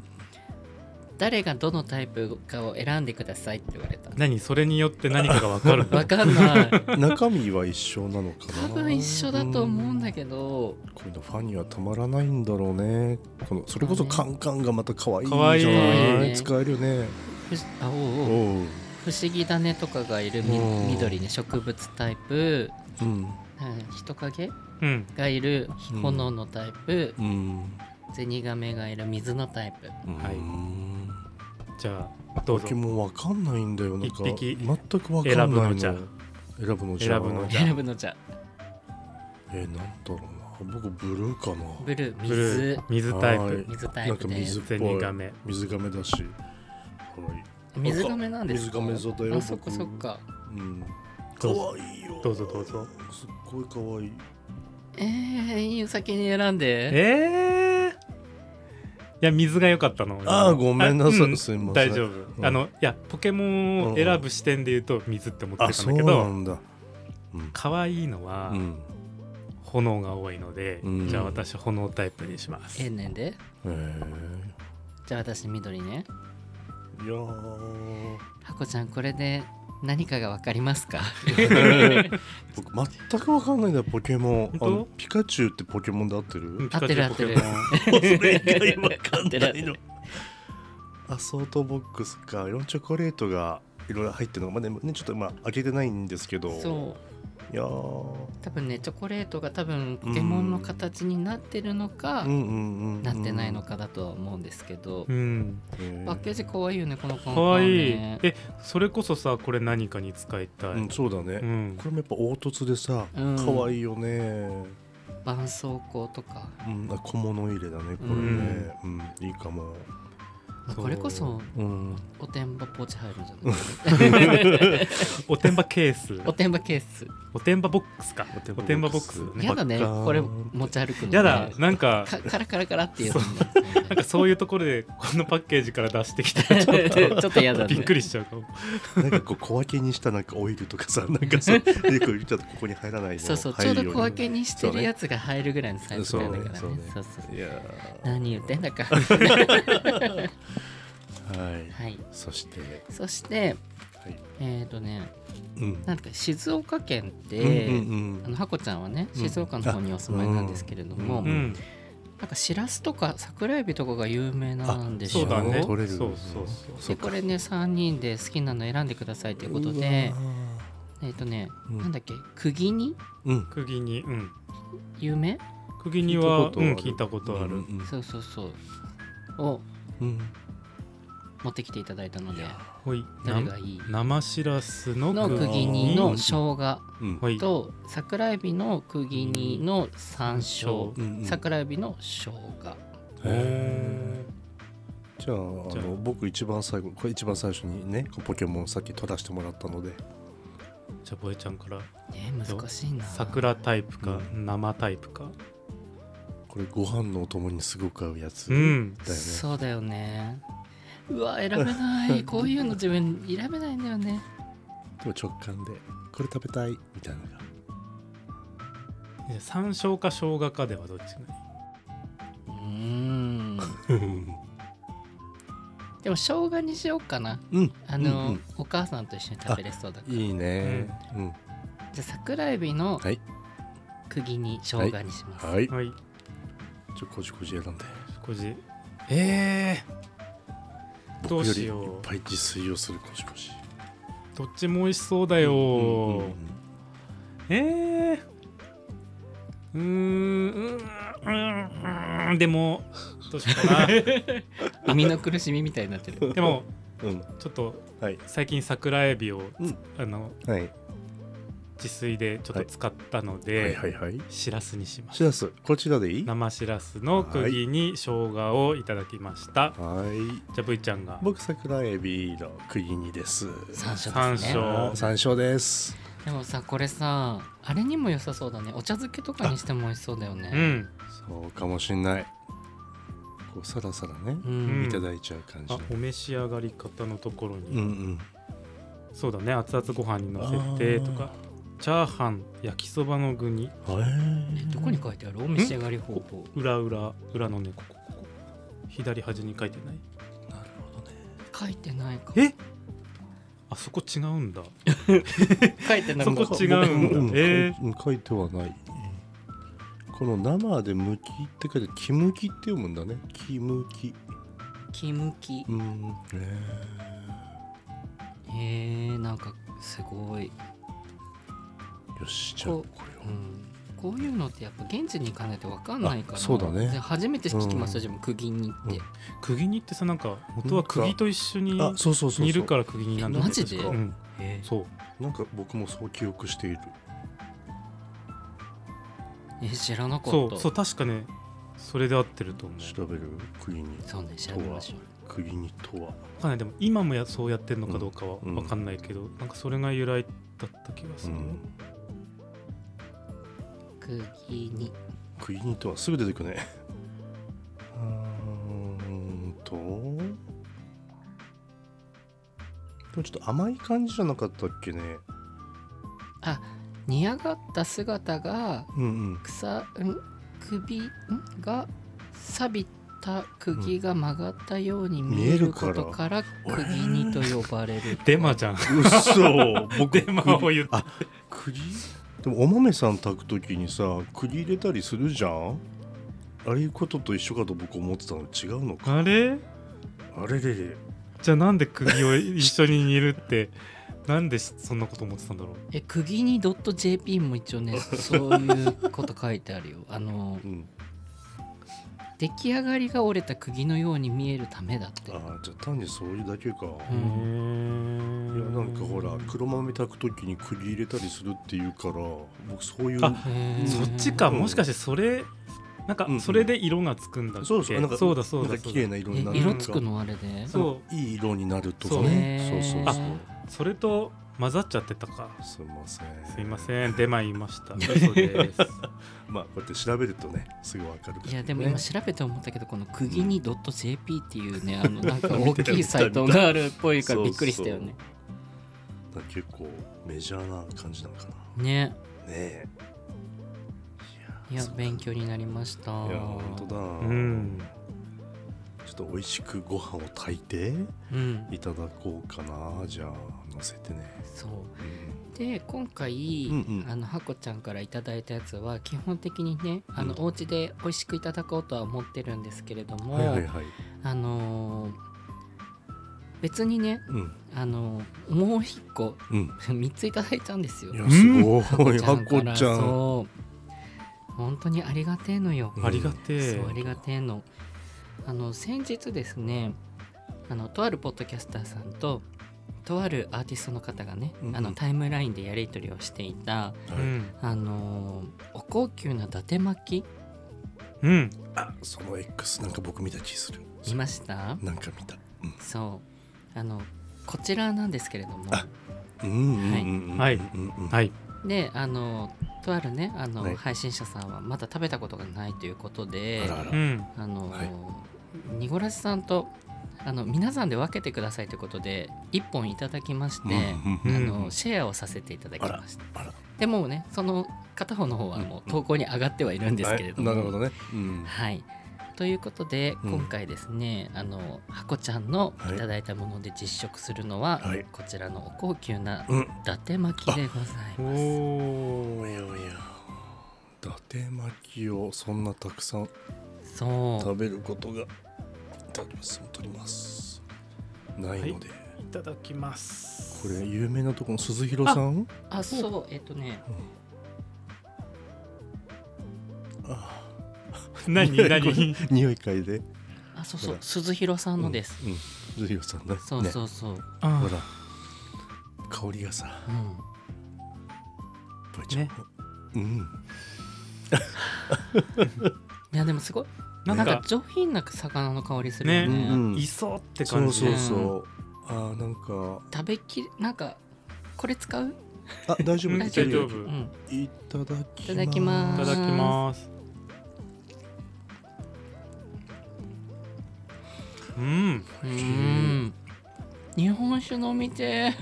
Speaker 2: 誰がどのタイプかを選んでくださいって言われた
Speaker 1: 何それによって何かが分かるんだ
Speaker 2: わかんない
Speaker 3: 中身は一緒なのかな
Speaker 2: 多分一緒だと思うんだ
Speaker 3: ど
Speaker 2: けど
Speaker 3: こういうのファンにはたまらないんだろうねこのそれこそカンカンがまた可愛いじゃ
Speaker 1: 可
Speaker 3: な
Speaker 1: 愛
Speaker 3: い
Speaker 1: い
Speaker 2: ね
Speaker 3: 使えるよね
Speaker 2: ふしあおうおう
Speaker 3: おう
Speaker 2: 不思議だねとかがいるみ
Speaker 3: おう
Speaker 2: 緑ね植物タイプ
Speaker 3: うん
Speaker 2: うん人影
Speaker 1: うん
Speaker 2: がいる
Speaker 3: うん
Speaker 2: 炎のタイプ、
Speaker 3: うん
Speaker 2: ゼニガメがいる水のタイプ
Speaker 1: はい
Speaker 3: うん
Speaker 1: じゃあどうぞ
Speaker 3: 僕もわかんないんだよなんか
Speaker 1: 一匹
Speaker 3: 全くわかんない
Speaker 1: 選
Speaker 3: の
Speaker 1: ぶのじゃ
Speaker 3: 選ぶのじゃ
Speaker 1: 選ぶのじゃ
Speaker 2: 選ぶのじゃ
Speaker 3: えーなんだろうな僕ブルーか
Speaker 2: ブルー
Speaker 1: ブル
Speaker 2: 水
Speaker 1: ー水タイ
Speaker 3: は
Speaker 1: プ
Speaker 3: い
Speaker 2: 水タ
Speaker 3: なな
Speaker 2: イ
Speaker 3: ん
Speaker 2: プ
Speaker 3: か
Speaker 2: で
Speaker 3: 水っぽい
Speaker 1: ゼニガメ
Speaker 3: 水がめだしはい
Speaker 2: 水がめなんですか
Speaker 3: 水亀座だよ
Speaker 2: あそっか
Speaker 3: 僕
Speaker 2: そっか
Speaker 3: うん
Speaker 1: どうぞ
Speaker 3: 可愛いよ
Speaker 1: どうぞどうぞ
Speaker 3: すっごい可愛い
Speaker 2: えー、いいよ先に選んで
Speaker 1: ええいや水が良かったの
Speaker 3: あーごめんなさい
Speaker 1: あう
Speaker 3: すいません
Speaker 1: 大丈夫、
Speaker 3: うん
Speaker 1: あのいやポケモンを選ぶ視点で言うと水って思って
Speaker 3: あ
Speaker 1: たん
Speaker 3: そ
Speaker 1: だ
Speaker 3: う
Speaker 1: け
Speaker 3: な
Speaker 1: ど
Speaker 3: んだうん
Speaker 1: 可愛いのは
Speaker 3: うん
Speaker 1: 炎が多いので、
Speaker 3: うん
Speaker 1: じゃあ私炎タイプにします、
Speaker 2: ええねんで
Speaker 3: へえ
Speaker 2: じゃあ私緑ね
Speaker 3: いやー
Speaker 2: ハコちゃんこれで何かがわかりますか
Speaker 3: 僕全くわかんないんだよポケモン
Speaker 1: 本
Speaker 3: あ
Speaker 1: 当
Speaker 3: のピカチュウってポケモンで合って
Speaker 1: うん
Speaker 3: る
Speaker 1: ピカチュ
Speaker 2: 合
Speaker 1: ウ
Speaker 2: っ
Speaker 1: ポ
Speaker 2: て
Speaker 1: ケ
Speaker 2: る
Speaker 1: モ
Speaker 2: 合
Speaker 1: ン
Speaker 2: ってる
Speaker 3: それ以外わかんな
Speaker 2: 合って
Speaker 3: い
Speaker 2: る
Speaker 3: のアソートボックスかいろんなチョコレートがいろいろ入ってるのがまあねねちょっとまあ開けてないんですけど
Speaker 2: そう
Speaker 3: いやー
Speaker 2: 多分ねチョコレートが多分ポケモンの形になってるのか、
Speaker 3: うんうんうんうん
Speaker 2: なってないのかだとは思うんですけど、
Speaker 1: うん
Speaker 3: へ
Speaker 2: パッケージ可愛いよねこのカンカンね
Speaker 1: 可愛いえそれこそさこれ何かに使いたい、
Speaker 3: うんそうだ
Speaker 1: う
Speaker 3: ね
Speaker 1: ん
Speaker 3: これもやっぱ凹凸でさ
Speaker 2: うん
Speaker 3: 可愛いよね
Speaker 2: 絆創膏とか、
Speaker 3: うんあ小物入れだねこれねうんいいかも
Speaker 2: まあ
Speaker 1: そう
Speaker 2: これこそ
Speaker 3: うん
Speaker 2: おてんばポーチ入るんじゃない
Speaker 1: おてんばケース
Speaker 2: おてんばケース
Speaker 1: おてんばボックスか
Speaker 3: お
Speaker 1: お
Speaker 3: て
Speaker 1: て
Speaker 3: ん
Speaker 1: ん
Speaker 3: ば
Speaker 1: ば
Speaker 3: ボ
Speaker 1: ボ
Speaker 3: ッ
Speaker 1: ッ
Speaker 3: ク
Speaker 1: ク
Speaker 3: ス
Speaker 1: ス
Speaker 2: やだね
Speaker 3: パッカー
Speaker 2: これ持ち歩くのね
Speaker 1: やだなんか
Speaker 2: かカラカラカラっていうのね
Speaker 1: なんかそういうところでこのパッケージから出して きたらちょっ
Speaker 2: ちょっとやだ
Speaker 1: と
Speaker 2: ね
Speaker 1: びっくりしちゃうかも
Speaker 3: なんかこう小分けにしたなんかオイルとか さなんかそうよくちょっとここに入らないの
Speaker 2: そうそうちょ
Speaker 3: 入
Speaker 2: う
Speaker 3: る
Speaker 2: ど
Speaker 3: よ
Speaker 2: 小
Speaker 3: に
Speaker 2: 分けにしてるやつが入るぐらいのサイズ
Speaker 3: そう
Speaker 2: なん
Speaker 3: ね
Speaker 2: だからね
Speaker 3: そうね
Speaker 2: そうそう
Speaker 3: いや
Speaker 2: 何言ってんだ か
Speaker 3: ーはい
Speaker 2: はい
Speaker 3: そして
Speaker 2: そして
Speaker 3: はい
Speaker 2: えっ、ー、とね
Speaker 3: うん
Speaker 2: なんか静岡県って、
Speaker 3: うん
Speaker 2: あのハコちゃんはね
Speaker 3: うん
Speaker 2: 静岡の方にお住まいなんですけれども、
Speaker 3: う
Speaker 1: うん
Speaker 2: なんかしらすとか桜エビとかが有名なんでしょ
Speaker 1: そうだね
Speaker 3: 取れる
Speaker 1: そうそうそう
Speaker 2: でこれね3人で好きなの選んでくださいということでえっ、とね、
Speaker 3: うん
Speaker 2: なんだっけ釘に
Speaker 3: うん
Speaker 1: 釘にうん
Speaker 2: 有名、
Speaker 1: 釘にはうん
Speaker 3: 聞
Speaker 1: 聞
Speaker 3: い
Speaker 1: い
Speaker 3: た
Speaker 1: たこ
Speaker 3: こ
Speaker 1: ととあ
Speaker 3: ある
Speaker 1: る、
Speaker 3: うん
Speaker 2: そうそうそうを
Speaker 3: うん
Speaker 2: 持ってきていただいたので
Speaker 1: ほい
Speaker 2: どれがいい
Speaker 1: 生しらすの
Speaker 2: の
Speaker 1: 釘
Speaker 2: 釘にの生姜
Speaker 3: うん
Speaker 1: はい
Speaker 2: と桜エビの釘にの山椒
Speaker 3: うんうん
Speaker 2: 桜エビの生姜
Speaker 3: へーじゃああ
Speaker 1: じゃあ
Speaker 3: の僕一番最後これ一番最初にねポケモンさっき取らせてもらったので
Speaker 1: じゃあぼえちゃんから
Speaker 2: ね難しいな
Speaker 1: 桜タイプか、
Speaker 3: う
Speaker 1: 生タイプか
Speaker 3: これご飯のお供にすごく合うや
Speaker 1: う
Speaker 3: つだよね
Speaker 1: ん
Speaker 2: そうだよねうわ選べない こういうの自分選べないんだよね
Speaker 3: でも直感でこれ食べたいみたいなのが
Speaker 1: じゃあ山椒か生姜かではどっちが
Speaker 2: うーんでも生姜にしようかな
Speaker 3: うん
Speaker 2: あの、
Speaker 3: うんうん
Speaker 2: お母さんと一緒に食べれそうだから
Speaker 3: いいねうん
Speaker 2: じゃあ桜エビの
Speaker 3: はい
Speaker 2: 釘に生姜にします、
Speaker 3: はい
Speaker 1: いいはい
Speaker 3: ちょこじこじ選んで
Speaker 1: 少しえー、どう
Speaker 3: 僕より
Speaker 1: し
Speaker 3: いっ
Speaker 1: よ
Speaker 3: ぱい自炊をするこじこじ
Speaker 1: うどっちも美味しそうだよ、
Speaker 3: うんうん
Speaker 1: えーうーんうーんうーんでもどうしよう かな
Speaker 2: 生みの苦しみみたいになってる
Speaker 1: でも
Speaker 3: うんうん
Speaker 1: ちょっと
Speaker 3: はい
Speaker 1: 最近桜エビを、
Speaker 3: うん
Speaker 1: あの
Speaker 3: はい
Speaker 1: 自炊でちょっと使ったので、
Speaker 3: はいはいはい
Speaker 1: しらすにしまし
Speaker 3: しらすこちらでいい
Speaker 1: た
Speaker 3: は
Speaker 1: 生しらすの釘に生姜をいただきました
Speaker 3: い
Speaker 1: じゃあ V ちゃんが
Speaker 3: 僕桜エビの釘にです
Speaker 2: 山椒
Speaker 1: 山
Speaker 2: です
Speaker 1: 椒
Speaker 2: ね
Speaker 3: あー山椒です
Speaker 2: でもさこれさあれにも良さそうだねお茶漬けとかにしても美味しそうだよ
Speaker 1: う
Speaker 2: ね
Speaker 1: ん
Speaker 3: そうかもしんないこうさらさらね
Speaker 2: うん、
Speaker 1: うん
Speaker 3: いただいちゃう感じ
Speaker 1: あ
Speaker 3: の
Speaker 1: お召し上がり方のところに、
Speaker 3: うんうん
Speaker 1: そうだね熱々ご飯にのせてとかチャーハン焼きそばの具に
Speaker 2: ねどこに書いてあるお召し上がり方法
Speaker 1: 裏裏裏のねここここ左端に書いてない
Speaker 3: なるほどね
Speaker 2: 書いてないか
Speaker 1: えあそこ違うんだ
Speaker 2: 書いてない
Speaker 1: そこ違うんだ
Speaker 3: うん
Speaker 1: え
Speaker 3: うん書いてはないこの生で「むき」って書いて「きむき」って読むんだね「きむき」
Speaker 2: キムキ
Speaker 3: うんえ
Speaker 2: へえなんかすごい、
Speaker 3: ーよしじゃあこ
Speaker 2: こ
Speaker 3: れを
Speaker 2: うん、こういうのってやっぱ現地に行かないと分かんないから
Speaker 3: あそうだね
Speaker 2: で初めて聞きました、
Speaker 3: うん
Speaker 2: 自分釘に行って、
Speaker 3: うん
Speaker 1: 釘にってさなんか元は釘と一緒に
Speaker 3: あそうそうそうそう
Speaker 1: 煮るから釘になんだ
Speaker 2: えマジで
Speaker 1: う
Speaker 3: なん
Speaker 1: ん
Speaker 2: え
Speaker 1: そう
Speaker 3: か僕もそう記憶している
Speaker 2: え知らなかった
Speaker 1: そうそう確かねそれで合ってると思う
Speaker 3: 調べる釘に
Speaker 2: そうね調べましょう
Speaker 3: 釘にとは
Speaker 1: わかんないでも今もやそうやってるのかどうかは
Speaker 3: うん
Speaker 1: わかんないけど、なんかそれが由来だった気がす
Speaker 3: う
Speaker 1: る、
Speaker 3: ん
Speaker 2: 釘に
Speaker 3: クイニとはすぐ出てくねうーんとでもちょっと甘い感じじゃなかったっけね
Speaker 2: 煮上がった姿が
Speaker 3: うんうん
Speaker 2: 草ん首んが錆びた釘が曲がったように見えることから
Speaker 3: 見えるから
Speaker 2: 釘にと呼ばれる
Speaker 1: デマ じゃん
Speaker 3: うっそ僕
Speaker 1: デマを言って
Speaker 3: あ栗でもお豆さん炊く時にさ栗入れたりするじゃんあれいうことと一緒かと僕思ってたの違うのか
Speaker 1: あれ
Speaker 3: あれれれ
Speaker 1: じゃあなんで釘を一緒に煮るってなんでそんなこと思ってたんだろう
Speaker 2: え釘に .jp も一応ねそういうこと書いてあるよあの
Speaker 3: うん
Speaker 2: 出来上がりが折れた釘のように見えるためだって
Speaker 3: ああじゃあ単にそういうだけか、
Speaker 2: う
Speaker 1: へ
Speaker 2: ん
Speaker 1: ー
Speaker 3: いやなんかほら黒豆炊く時に栗入れたりするっていうから僕そういう
Speaker 1: あ
Speaker 2: へー
Speaker 1: そっちか
Speaker 3: うん
Speaker 1: もしかしてそれなんか
Speaker 3: うん
Speaker 1: それで色がつくんだっけ、
Speaker 3: そうそうなんか
Speaker 1: そうだそうだ
Speaker 3: なんか綺麗な色
Speaker 2: え
Speaker 3: になる
Speaker 2: 色つくのあれで
Speaker 1: そうだ
Speaker 3: いい色になると
Speaker 1: そう
Speaker 3: かねそう
Speaker 2: へ
Speaker 3: そう
Speaker 2: ー
Speaker 3: そう
Speaker 1: それと混ざっちゃってたか
Speaker 3: すいません
Speaker 1: すいませんデマ言いました嘘です
Speaker 3: まあこうやって調べるとねすぐわかる
Speaker 2: いやでも今
Speaker 3: ね
Speaker 2: 調べて思ったけどこの釘に .jp っていう ねあのなんか大きいサイトがあるっぽいからびっくりしたよね
Speaker 3: だから結構メジャーな感じなのかな
Speaker 2: ね
Speaker 3: ねえ
Speaker 2: いや
Speaker 3: そう
Speaker 2: 勉強になりました
Speaker 3: いや本当だ
Speaker 1: ん
Speaker 3: ちょっと美味しくご飯を炊いて
Speaker 2: うん
Speaker 3: いただこうかなじゃあ乗せてね
Speaker 2: そう
Speaker 3: うん
Speaker 2: で今回、
Speaker 3: うんうん
Speaker 2: あのハコちゃんからいただいたやつは基本的にねあの、
Speaker 3: うん
Speaker 2: お家で美味しくいただこうとは思ってるんですけれども、
Speaker 3: はいはいはい
Speaker 2: あのー別にね
Speaker 3: うん
Speaker 2: あのーもう一個
Speaker 3: うん
Speaker 2: 3ついただいたんですよ
Speaker 3: い。やすごい
Speaker 2: ハ
Speaker 3: ハ
Speaker 2: コ
Speaker 3: コ
Speaker 2: ちゃんから
Speaker 3: ちゃん
Speaker 2: そう本当にありがてえのよ。
Speaker 3: うん
Speaker 1: ありがてえ
Speaker 2: そうありがてえのあの先日ですねあのとあるポッドキャスターさんととあるアーティストの方がね、
Speaker 3: うん
Speaker 2: あのタイムラインでやり取りをしていた、
Speaker 1: う
Speaker 3: はい
Speaker 1: ん、
Speaker 2: あのーお高級な伊達巻
Speaker 1: うん、
Speaker 3: あその X なんか僕見た気する
Speaker 2: きいました
Speaker 3: なんか見たうん
Speaker 2: そうあのこちらなんですけれども
Speaker 3: あうん
Speaker 1: はい
Speaker 3: い。
Speaker 1: はい
Speaker 2: であのとあるねあの、
Speaker 3: はい
Speaker 2: 配信者さんはまだ食べたことがないということで
Speaker 3: あらあ
Speaker 1: う
Speaker 3: ら。
Speaker 1: ん
Speaker 2: あの、
Speaker 3: はい
Speaker 2: ニゴラスさんとあの皆さんで分けてくださいということで1本いただきまして、
Speaker 1: うん
Speaker 2: あのシェアをさせていただきました
Speaker 3: あらあら
Speaker 2: でもうねその片方の方はも
Speaker 3: うん
Speaker 2: う投稿に上がってはいるんですけれども、
Speaker 3: はいなるほどね。うん。
Speaker 2: はいということで
Speaker 3: うん
Speaker 2: 今回ですね、あのハコちゃんの
Speaker 3: はい
Speaker 2: いただいたもので実食するのは、
Speaker 3: はい
Speaker 2: こちらのお高級な
Speaker 3: うん。
Speaker 2: 伊達巻きでござい
Speaker 1: お
Speaker 2: ます、
Speaker 1: お
Speaker 3: おやおや。伊達巻きをそんなたくさん
Speaker 2: そう
Speaker 3: 食べることが。いただきます。取ります。ないので。
Speaker 1: いただきます
Speaker 3: これ有名なところの鈴広さん。
Speaker 2: あそうえっとね
Speaker 3: あ
Speaker 1: 何
Speaker 3: 匂い
Speaker 1: 何
Speaker 3: 匂い嗅いで。
Speaker 2: あそう そ
Speaker 3: ほ
Speaker 2: う
Speaker 3: ら
Speaker 2: 鈴広さんのです、
Speaker 3: うん。うん鈴広さんね。
Speaker 2: そう
Speaker 3: ね
Speaker 2: そうそう、
Speaker 1: あ
Speaker 3: ほら。香りがさ。
Speaker 2: うん
Speaker 3: ぶちゃん
Speaker 1: ね
Speaker 3: うん。
Speaker 2: いやでもすごい
Speaker 1: な
Speaker 2: なんん
Speaker 1: か
Speaker 2: か上品な魚の香りするよね
Speaker 1: ね
Speaker 3: うん
Speaker 1: いそうって
Speaker 3: そ
Speaker 1: 感
Speaker 3: う
Speaker 1: じ
Speaker 3: そうそうう。あー、なんか。
Speaker 2: 食べきれなんかこれ使う
Speaker 3: あ、大丈夫。
Speaker 1: うん
Speaker 3: いけるよ
Speaker 1: 大丈夫
Speaker 2: うん
Speaker 3: いただきます。
Speaker 2: いただきま
Speaker 1: いた
Speaker 2: す
Speaker 1: だきますうん
Speaker 2: うーん日本酒飲みて
Speaker 3: あ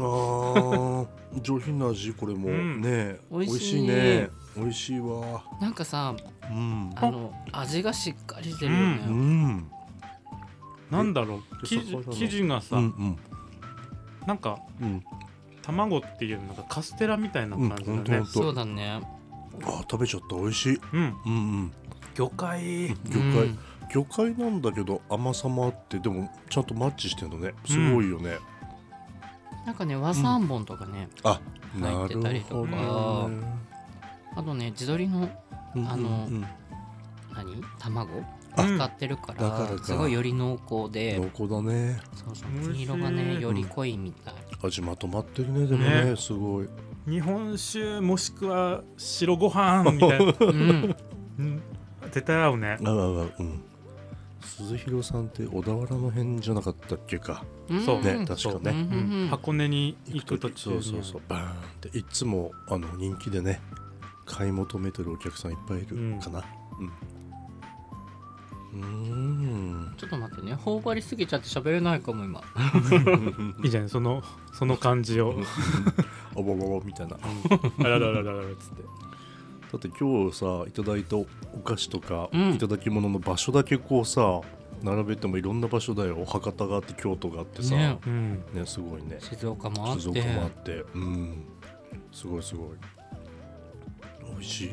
Speaker 3: ー上品な味これも、
Speaker 1: うん
Speaker 3: ね
Speaker 2: 美味しい
Speaker 3: ね美味しいわ
Speaker 2: ーなんかさ
Speaker 3: うん
Speaker 2: あの味がしっかりしてるよ
Speaker 3: う
Speaker 2: ね
Speaker 3: ん
Speaker 1: なんだろう生
Speaker 3: 魚
Speaker 1: 地
Speaker 3: の
Speaker 1: 生地がさ、
Speaker 3: うんうん
Speaker 1: なんか
Speaker 3: うん
Speaker 1: 卵っていうのがカステラみたいな
Speaker 3: うん
Speaker 1: 感じだ
Speaker 3: ほんとほ
Speaker 1: ね
Speaker 3: んと
Speaker 2: そうだね
Speaker 3: あ食べちゃった美味しい
Speaker 1: うん、
Speaker 3: うんうん
Speaker 1: 魚介
Speaker 3: 魚
Speaker 2: う
Speaker 3: 介、
Speaker 2: ん
Speaker 3: 魚介なんだけど甘さもあってでもちゃんとマッチしてるのねすごいよね、
Speaker 2: なんかね和三本とかね、
Speaker 3: あ
Speaker 2: 入ってたりとか
Speaker 3: なるほどね
Speaker 2: あとね地鶏の
Speaker 3: うんうんうん
Speaker 2: あの何卵
Speaker 1: あ
Speaker 2: 使ってるから,、
Speaker 3: だからか
Speaker 2: すごいより濃厚で
Speaker 3: 濃厚だね
Speaker 2: そうそう
Speaker 1: 美味し
Speaker 2: 黄
Speaker 1: い
Speaker 2: 色がねより濃いみたい、
Speaker 3: 味まとまってるねでもね
Speaker 1: ね
Speaker 3: すごい
Speaker 1: 日本酒もしくは白ご飯みたいな、
Speaker 2: うん、
Speaker 1: うん、絶対合うね
Speaker 3: あああうん鈴廣さんって小田原の辺じゃなかったっけか
Speaker 2: うん、
Speaker 1: そう
Speaker 3: ね確かね
Speaker 2: うんうんうん
Speaker 1: 箱根に行く途中
Speaker 3: そう
Speaker 1: に
Speaker 3: そうそうバーンっていつもあの人気でね買い求めてるお客さんいっぱいいるかなうん
Speaker 2: ちょっと待ってね頬張りすぎちゃって喋れないかも今
Speaker 3: うーん
Speaker 1: いいじゃんそのその感じを
Speaker 3: おぼぼぼみたいな
Speaker 1: あららららららっつって
Speaker 3: だって今日さいただいたお菓子とか、
Speaker 2: うん
Speaker 3: いただき物の場所だけこうさ並べてもいろんな場所だよ博多があって京都があってさね
Speaker 2: ね
Speaker 1: うん
Speaker 3: すごいね
Speaker 2: 静岡もあって
Speaker 3: 静岡もあってうんすごいすごい美味し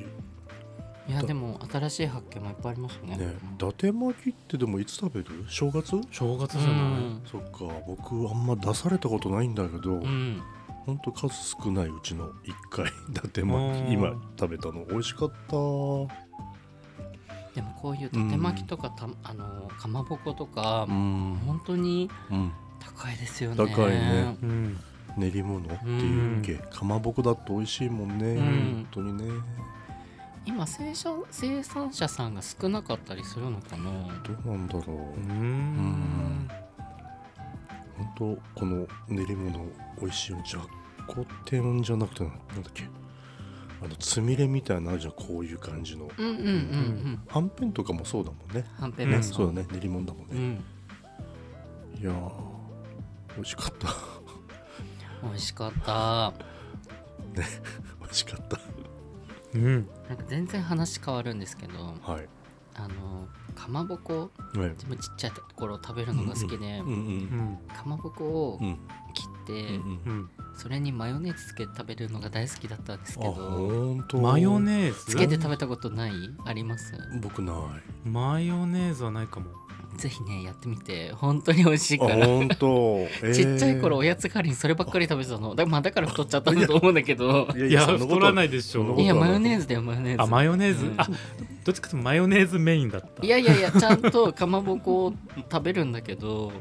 Speaker 2: いやでも新しい発見もいっぱいありますね
Speaker 3: いね伊達巻きってでもいつ食べる正月
Speaker 1: 正月
Speaker 2: う
Speaker 1: じゃない、
Speaker 2: ん、
Speaker 3: そっか僕あんま出されたことないんだけど、
Speaker 2: うん、
Speaker 3: ほんと数少ないうちの1回 伊達
Speaker 1: あ
Speaker 3: 巻
Speaker 1: ー
Speaker 3: き今食べたの美味しかった
Speaker 2: でもこういう縦巻きとかた、あのかまぼことか、
Speaker 3: ん
Speaker 2: 本当に
Speaker 3: うん
Speaker 2: 高いですよね
Speaker 3: 高いね
Speaker 1: うん、
Speaker 3: 練り物っていうっけ、かまぼこだって美味しいもんね、
Speaker 2: うん
Speaker 3: 本当にね
Speaker 2: 今生産生産者さんが少なかったりするのかな
Speaker 3: どうなんだろ
Speaker 1: う
Speaker 3: う、
Speaker 1: ーん
Speaker 3: 本当この練り物美味しいお茶こ天じゃなくてなんだっけあのつみれみたいなのあるじゃんこういう感じの
Speaker 2: うんうんうんうん
Speaker 3: はんぺんとかもそうだもんね、
Speaker 2: はんぺん屋さん
Speaker 3: そうだね練り物だもん
Speaker 2: う
Speaker 3: ね、
Speaker 2: ん
Speaker 3: いやー美味しかった
Speaker 2: 美味しかった
Speaker 3: 美味しかった
Speaker 1: うん
Speaker 2: なんか全然話変わるんですけど
Speaker 3: はい
Speaker 2: あのかまぼこ
Speaker 3: はい
Speaker 2: 自分ちっちゃい頃食べるのが好きで、
Speaker 3: うんうん
Speaker 2: かまぼこを
Speaker 3: うん
Speaker 2: 切って、
Speaker 3: うん
Speaker 1: うんうん
Speaker 2: それにマヨネーズつけて食べるのが大好きだったんです
Speaker 3: あ
Speaker 2: けど
Speaker 3: 本当
Speaker 1: マヨネーズ
Speaker 2: つけて食べたことないあります
Speaker 3: 僕ない
Speaker 1: マヨネーズはないかも
Speaker 2: ぜひねやってみて本当に美味しい
Speaker 3: あ
Speaker 2: から
Speaker 3: 本 当、えー
Speaker 2: ちっちゃい頃おやつ代わりにそればっかり食べてたのだ,、まあ、だから太っちゃったんだと思うんだけど
Speaker 3: いや
Speaker 1: い
Speaker 3: い
Speaker 1: や
Speaker 3: やそんなこと
Speaker 1: 太らないでし
Speaker 3: そんな
Speaker 1: ょ
Speaker 3: こ
Speaker 2: い
Speaker 3: と
Speaker 2: やマヨネーズだよマヨネーズ
Speaker 1: あマヨネーズ、
Speaker 2: うん
Speaker 1: あどっちかというとマヨネーズメインだった
Speaker 2: いやいやいやちゃんとかまぼこを食べるんだけど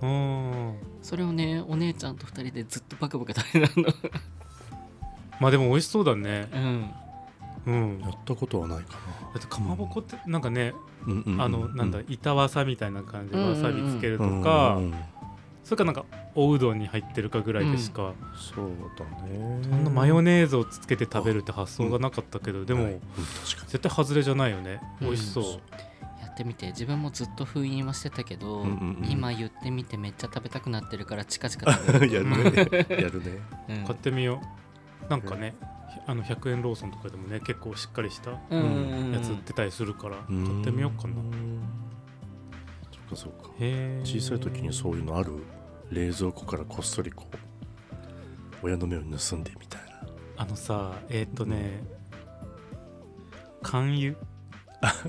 Speaker 1: うーん
Speaker 2: それをねお姉ちゃんと二人でずっとバクバク食べたの
Speaker 1: まあでも美味しそうだね
Speaker 2: うん
Speaker 1: うん
Speaker 3: や
Speaker 1: だ
Speaker 3: ったことはないか
Speaker 1: ってかまぼこってなんかね、
Speaker 3: な、うんうんうん
Speaker 1: あのなんだ板わさみたいな感じで
Speaker 2: うんうん
Speaker 1: わ
Speaker 2: うん
Speaker 1: さびつけるとか、
Speaker 3: うんうん
Speaker 1: それかなんかおうどんに入ってるかぐらいでしか、
Speaker 3: そうだね
Speaker 1: そんなマヨネーズをつけて食べるって発想がなかったけど、でも、
Speaker 3: はいうん確か
Speaker 1: 絶対外れじゃないよね
Speaker 2: うん
Speaker 1: 美味しそう、
Speaker 2: やってみて自分もずっと封印はしてたけど、
Speaker 3: うんうんうん
Speaker 2: 今言ってみてめっちゃ食べたくなってるから近々食べる
Speaker 3: にやるねやるね
Speaker 2: うん
Speaker 1: 買ってみようなんかね、あの100円ローソンとかでもね結構しっかりしたや
Speaker 2: うんうんうん
Speaker 1: つ売ってたりするから、買ってみようかな
Speaker 3: うんそっかそっか
Speaker 1: へえ
Speaker 3: 小さい時にそういうのある冷蔵庫からこっそりこう親の目を盗んでみたいな
Speaker 1: あのさえーっとね勧誘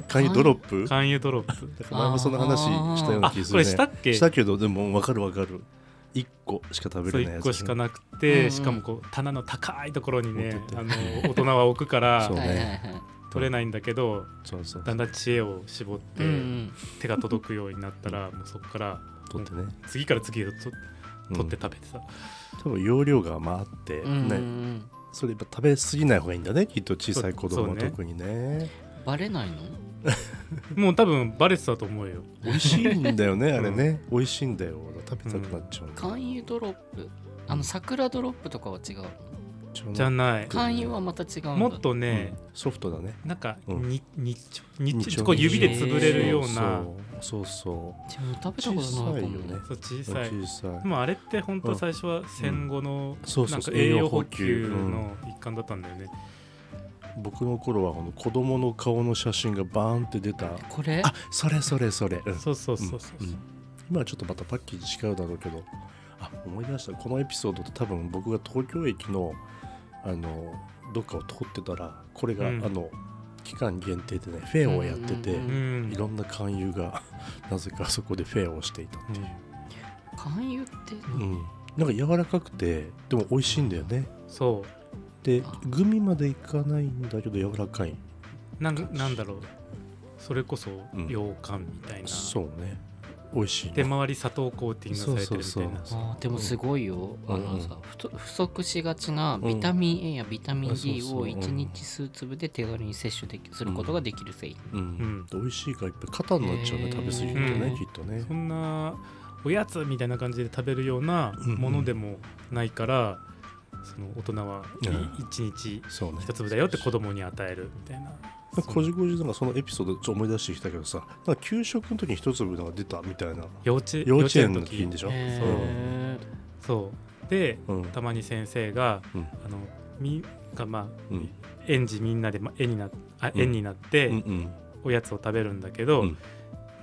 Speaker 3: 缶ドロップ
Speaker 1: 勧誘ドロップ
Speaker 3: なんか前もそんな話したような
Speaker 1: あ
Speaker 3: 気がす
Speaker 1: こ
Speaker 3: る、ね、
Speaker 1: れしたっけ
Speaker 3: したけどでも分かる分かる1個しか食べ
Speaker 1: そう
Speaker 3: れない
Speaker 1: 1
Speaker 3: やつ
Speaker 1: 個しかなく
Speaker 2: うんう
Speaker 1: て
Speaker 2: ん
Speaker 1: しかもこう棚の高いところにね
Speaker 3: 持ってて
Speaker 1: あの大人は置くから
Speaker 3: そう
Speaker 2: はいはいはい
Speaker 1: 取れないんだけど
Speaker 3: そうそう
Speaker 1: だんだん知恵を絞っ
Speaker 2: う
Speaker 1: て
Speaker 2: んうん
Speaker 1: 手が届くようになったらもうそこから
Speaker 3: 取ってね、
Speaker 1: 次から次へと
Speaker 3: うん
Speaker 1: 取って食べてた、
Speaker 3: 多分容量がまああって、
Speaker 2: うんうんう
Speaker 3: ね
Speaker 2: ん
Speaker 3: それやっぱ食べ過ぎない方がいいんだねきっと小さい子供は
Speaker 1: そうね
Speaker 3: 特にね
Speaker 2: バレないの
Speaker 1: もう多分バレてたと思うよ
Speaker 3: 美味しいんだよねあれね、美味しいんだよ食べたくなっちゃうの、
Speaker 2: 勧誘ドロップあの桜ドロップとかは違うの
Speaker 1: じゃ
Speaker 3: うん
Speaker 1: ない
Speaker 2: 勧誘はまた違うんだ
Speaker 1: もっとね、
Speaker 3: ソフトだね
Speaker 1: なんか
Speaker 3: うん
Speaker 1: ににちょに
Speaker 3: に
Speaker 1: ち
Speaker 3: ちょ
Speaker 1: ょこう指で潰れるような
Speaker 3: そうそうそ
Speaker 2: 自分食
Speaker 3: う
Speaker 2: べたことないかも
Speaker 1: そう小
Speaker 3: 小
Speaker 1: さ
Speaker 3: さい
Speaker 1: い
Speaker 3: よね小さ
Speaker 1: で
Speaker 3: い
Speaker 1: もあれって本当最初は戦後の
Speaker 3: そう
Speaker 1: な
Speaker 3: そう
Speaker 1: か
Speaker 3: んそう
Speaker 1: 栄養補給の一環だったんだよね
Speaker 3: 僕の頃はあの子供の顔の写真がバーンって出た
Speaker 2: これ
Speaker 3: あそれそれそれ、うん
Speaker 1: そうそうそうそう
Speaker 3: うん今はちょっとまたパッケージ違うだろうけどあ思い出したこのエピソードと多分僕が東京駅のあのどっかを通ってたらこれが、
Speaker 1: うん
Speaker 3: あの期間限定でねフェアをやってて、
Speaker 2: うんうんうん
Speaker 1: うん
Speaker 3: いろんな勧誘が なぜかあそこでフェアをしていたっていう、
Speaker 2: 勧誘って
Speaker 3: うん、なんか柔らかくてでも美味しいんだよね
Speaker 1: そ
Speaker 3: で
Speaker 2: あ
Speaker 3: グミまでいかないんだけど柔らかいう
Speaker 1: なんかなんだろうそれこそ
Speaker 3: ん
Speaker 1: 羊羹みたいな、
Speaker 3: そうね美味しい
Speaker 1: 手
Speaker 3: ね
Speaker 1: 回り砂糖コーティングされてるみたいな
Speaker 3: そう
Speaker 2: あーでもすごいよ、
Speaker 3: うん
Speaker 2: あのさふと不足しがちな
Speaker 3: うん
Speaker 2: ビタミン A やビタミン
Speaker 3: あそう
Speaker 2: D
Speaker 3: そう
Speaker 2: を
Speaker 3: うん
Speaker 2: 1日数粒で手軽に摂取できすることができるせい、
Speaker 3: うん
Speaker 1: ん
Speaker 3: で美味しいからいっぱい肩になっちゃうね
Speaker 2: へー
Speaker 3: 食べ過ぎると
Speaker 1: うん
Speaker 3: ねきっとね
Speaker 1: そんなおやつみたいな感じで食べるような
Speaker 3: うんうん
Speaker 1: ものでもないから、その大人は
Speaker 3: うん
Speaker 1: 1日
Speaker 3: そうね
Speaker 1: 1粒だよって子供に与えるみたいな。
Speaker 3: なんかこじこじなんかそのエピソードちょっと思い出してきたけどさなんか給食の時に一粒なんか出たみたいな
Speaker 1: 幼稚
Speaker 3: 幼稚園の時でしょ、
Speaker 2: へ
Speaker 1: そうで
Speaker 3: うんうん
Speaker 1: たまに先生が、
Speaker 3: うん
Speaker 1: あのみがま
Speaker 3: うん
Speaker 1: あ園児みんなで、まあ、絵になあ
Speaker 3: うん
Speaker 1: 園になって
Speaker 3: うんうん
Speaker 1: おやつを食べるんだけど、
Speaker 3: うん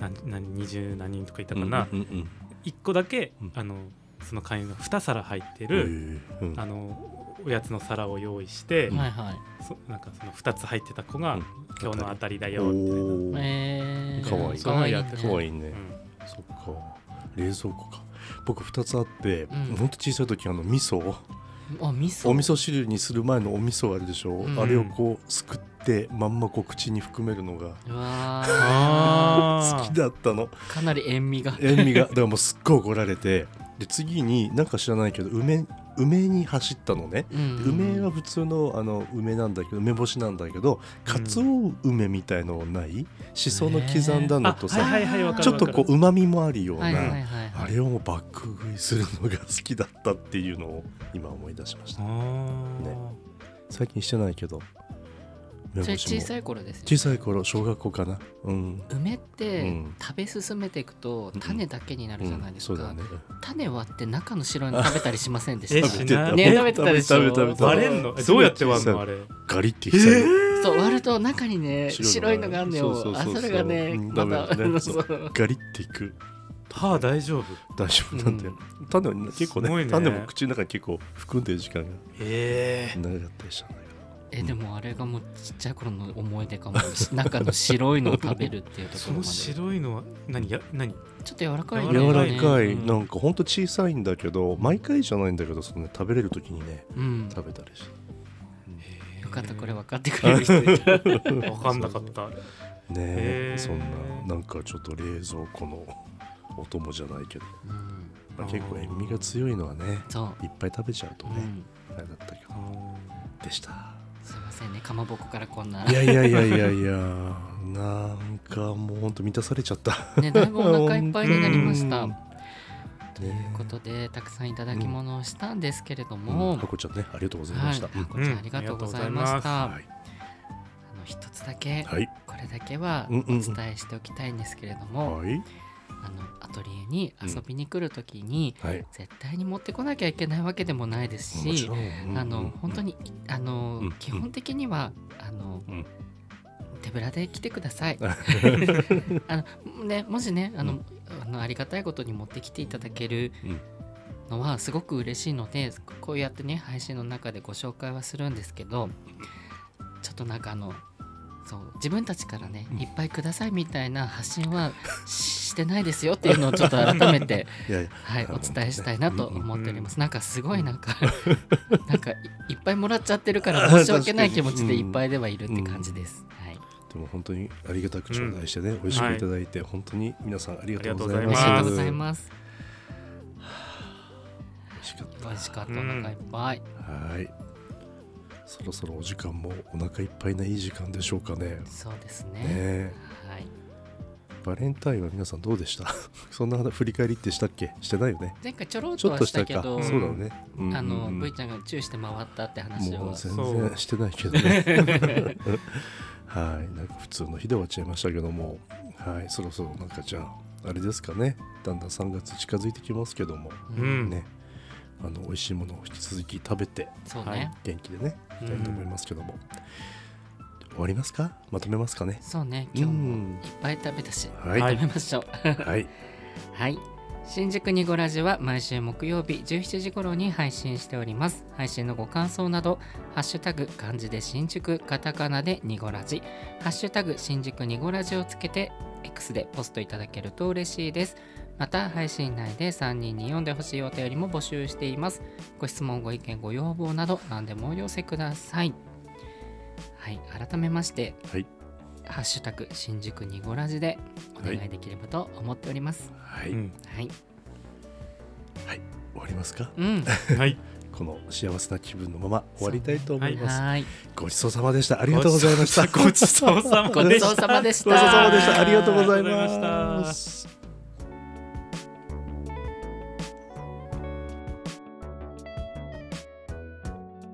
Speaker 1: なんなん20何人とかいたかな、
Speaker 3: うんうん
Speaker 1: 一1個だけ、
Speaker 3: うん
Speaker 1: あのその会員が2皿入って
Speaker 3: うん
Speaker 1: る、
Speaker 3: へーうん
Speaker 1: あのおやつの皿を用意して、
Speaker 2: ーはいはい
Speaker 1: そなんかその2つ入ってた子が、
Speaker 3: うん
Speaker 1: 今日の当たりだよ
Speaker 3: お
Speaker 1: みたいな、
Speaker 3: ー
Speaker 2: えー、
Speaker 3: かわいい
Speaker 2: かわいい、ね、
Speaker 1: か
Speaker 3: かわいいね、
Speaker 1: うん
Speaker 3: そっか冷蔵庫か僕2つあって、
Speaker 2: うん
Speaker 3: ほんと小さい時あの味噌を
Speaker 2: あ味噌
Speaker 3: お味噌汁にする前のお味噌あるでしょ、
Speaker 2: うん
Speaker 3: あれをこうすくってまんまこう口に含めるのが
Speaker 2: うわ
Speaker 1: あ
Speaker 3: 好きだったの
Speaker 2: ーかなり塩味が
Speaker 3: 塩味がだからもうすっごい怒られてで次になんか知らないけど梅梅に走ったのね
Speaker 2: うん
Speaker 3: で梅は普通のあの梅なんだけど梅干しなんだけどかつお梅みたいのないしその刻んだのと
Speaker 1: あ
Speaker 3: さ、
Speaker 1: はいはいはいわかる
Speaker 3: ちょっとこううまみもあるような、
Speaker 2: はいはいはいはい
Speaker 3: あれをもうバック食いするのが好きだったっていうのを今思い出しまし
Speaker 1: あ
Speaker 3: た
Speaker 1: ー
Speaker 3: ね最近してないけど梅
Speaker 2: それ
Speaker 3: 干し
Speaker 2: 小
Speaker 3: も
Speaker 2: さい頃ですよね
Speaker 3: 小さい頃小学校かなうん
Speaker 2: 梅って、
Speaker 3: うん
Speaker 2: 食べ進めていくと種だけになるじゃないですか、
Speaker 3: うんそうだね
Speaker 2: 種割って中の白いの食べたりしませんでし
Speaker 1: え
Speaker 2: た
Speaker 1: しない
Speaker 2: ね食べてたでしょ
Speaker 3: 食べた食べた
Speaker 1: 割れんのえどうやって割る
Speaker 3: す
Speaker 1: の
Speaker 3: ご
Speaker 1: あ
Speaker 3: い小さい
Speaker 1: れ
Speaker 3: ガリっていきたい
Speaker 2: そう割ると中にね白い
Speaker 3: 白い
Speaker 2: の
Speaker 3: の
Speaker 2: が
Speaker 3: が
Speaker 2: あんの
Speaker 3: そ
Speaker 2: よ
Speaker 3: うそう
Speaker 2: あ
Speaker 3: そうそう
Speaker 2: それがね
Speaker 3: うん
Speaker 2: また
Speaker 3: ダメだね
Speaker 2: あの
Speaker 3: そう
Speaker 2: そう
Speaker 3: ガリっていく
Speaker 1: 歯大丈夫
Speaker 3: 大丈夫なんだよ、種は結構
Speaker 1: すごい
Speaker 3: ね
Speaker 1: ね
Speaker 3: 種も口の中に結構含んでる時間が
Speaker 1: え
Speaker 3: 長かったりしたんだけど
Speaker 2: えでもあれがもうちっちゃい頃の思い出かもし 中の白いのを食べるっていうとこ
Speaker 1: そ
Speaker 2: ろま
Speaker 1: の
Speaker 2: でちょ
Speaker 1: 白いのは何や何
Speaker 2: っと柔らかい
Speaker 3: 柔
Speaker 2: よ
Speaker 3: ら
Speaker 2: ね
Speaker 3: かい、
Speaker 2: うん
Speaker 3: なんかほんと小さいんだけど毎回じゃないんだけどその、ね、食べれる時にね
Speaker 2: うん
Speaker 3: 食べたりして
Speaker 2: よかったこれ分かってくれる人いた
Speaker 1: 分かんなかった
Speaker 3: ね
Speaker 1: へー
Speaker 3: えそんななんかちょっと冷蔵庫のお供じゃないけど、
Speaker 2: うん
Speaker 3: まあ、結構塩味が強いのはね
Speaker 2: そう
Speaker 3: いっぱい食べちゃうと
Speaker 2: う
Speaker 3: ね、
Speaker 2: ん
Speaker 3: あれだったけ
Speaker 1: あ
Speaker 3: ど
Speaker 1: ー
Speaker 3: でした
Speaker 2: すいませんねかまぼこからこんない
Speaker 3: やいやいやいやいやなんかもうほんと満たされちゃった
Speaker 2: ねだいぶお腹いっぱいになりました
Speaker 3: うん
Speaker 2: ということでたくさんいただき物をしたんですけれども、
Speaker 3: うんハコちゃんねありがとうございま
Speaker 2: は
Speaker 3: し
Speaker 2: い
Speaker 3: た、うん
Speaker 2: こちらありがとうございました、あ
Speaker 3: はい
Speaker 2: の一つだけ、
Speaker 3: はい
Speaker 2: これだけは
Speaker 3: うん
Speaker 2: お
Speaker 3: うんうん
Speaker 2: 伝えしておきたいんですけれども、
Speaker 3: はい
Speaker 2: あのアトリエに遊びに来る時に、
Speaker 3: はい
Speaker 2: 絶対に持ってこなきゃいけないわけでもないです
Speaker 3: も
Speaker 2: し
Speaker 3: ち、ろんうん
Speaker 2: あの本当
Speaker 3: に
Speaker 2: にあの、
Speaker 3: うん
Speaker 2: 基本的にはあの、
Speaker 3: うん
Speaker 2: 手ぶらで来てくだ さい。あのね、もしねあの、
Speaker 3: う
Speaker 2: あのありがたいことに持ってきていただけるのはすごく嬉しいのでこうやってね配信の中でご紹介はするんですけどちょっとなんかあのそう自分たちからね
Speaker 3: うん
Speaker 2: いっぱいくださいみたいな発信はししてないですよっていうのをちょっと改めて、
Speaker 3: いやいや
Speaker 2: はい、
Speaker 3: なる
Speaker 2: お
Speaker 3: ほどね
Speaker 2: 伝えしたいなと思っております。なんかすごいなんか なんかいいっぱいもらっちゃってる から申し訳ない気持ちでいっぱいではいるって感じです。はい、
Speaker 3: でも本当にありがたく頂戴してね、美味しくいただいて、本当に皆さんありがとうござい
Speaker 2: あり
Speaker 3: ます。
Speaker 1: あり
Speaker 2: がとうございます。
Speaker 3: 美味しかっ
Speaker 2: 美味しかったお
Speaker 1: うん
Speaker 2: 腹いっぱい。
Speaker 3: た。はい。そろそろお時間もお腹いっぱいないい時間でしょうかね。
Speaker 2: そうです
Speaker 3: ね
Speaker 2: ね。
Speaker 3: え
Speaker 2: はい。
Speaker 3: バレンタインは皆さんどうでした そんな振り返りってしたっけしてないよね。
Speaker 2: 前回ちょろっ
Speaker 3: ち
Speaker 2: と
Speaker 3: ょっ
Speaker 2: は
Speaker 3: と
Speaker 2: し
Speaker 3: した
Speaker 2: たけ
Speaker 3: か。
Speaker 2: ど、
Speaker 3: そうだね。うんうんうん
Speaker 2: あの、V ちゃんがチューして回ったって話を
Speaker 3: もう全
Speaker 1: そう
Speaker 3: 然してないけどね。 はい、なんか普通の日で終わっちゃいましたけども、はい、そろそろなんかじゃああれですかね。だんだん3月近づいてきますけども、
Speaker 1: う
Speaker 2: うん
Speaker 1: ん
Speaker 3: ね、あの美味しいものを引き続き食べて
Speaker 2: そうね、。
Speaker 1: はい
Speaker 3: 元気でね、いきたいと思いますけども、終わりますか？まとめますかね
Speaker 2: そうね今日
Speaker 3: う
Speaker 2: も
Speaker 3: ん
Speaker 2: いっぱい食べたし、
Speaker 3: はい
Speaker 2: 食べましょう
Speaker 3: はい、
Speaker 2: はい新宿にごラジは毎週木曜日17時頃に配信しております配信のご感想などハッシュタグ漢字で新宿カタカナでにごラジハッシュタグ新宿にごラジをつけて X でポストいただけると嬉しいですまた配信内で3人に読んでほしいお便りも募集していますご質問ご意見ご要望など何でもお寄せくださいはい改めまして
Speaker 3: はい
Speaker 2: ハッシュタグ新宿にごラジでお願
Speaker 3: はい
Speaker 2: いできればと思っております。
Speaker 3: はい、
Speaker 1: うん
Speaker 2: はい。
Speaker 3: 終わりますか
Speaker 2: うん。
Speaker 1: はい
Speaker 3: この幸せな気分のまま終わりたいと思います、
Speaker 2: はーい。
Speaker 3: ごちそうさまでしたありがとうございました
Speaker 1: ごちそうさま
Speaker 2: ご
Speaker 1: でし
Speaker 2: ち
Speaker 1: た
Speaker 2: そうさまでし
Speaker 3: ごちそうさまでした
Speaker 2: た。
Speaker 3: ありがとうござい
Speaker 1: ありがとうござい
Speaker 3: ま
Speaker 1: ま
Speaker 3: した
Speaker 2: ニ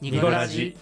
Speaker 1: ニコラジ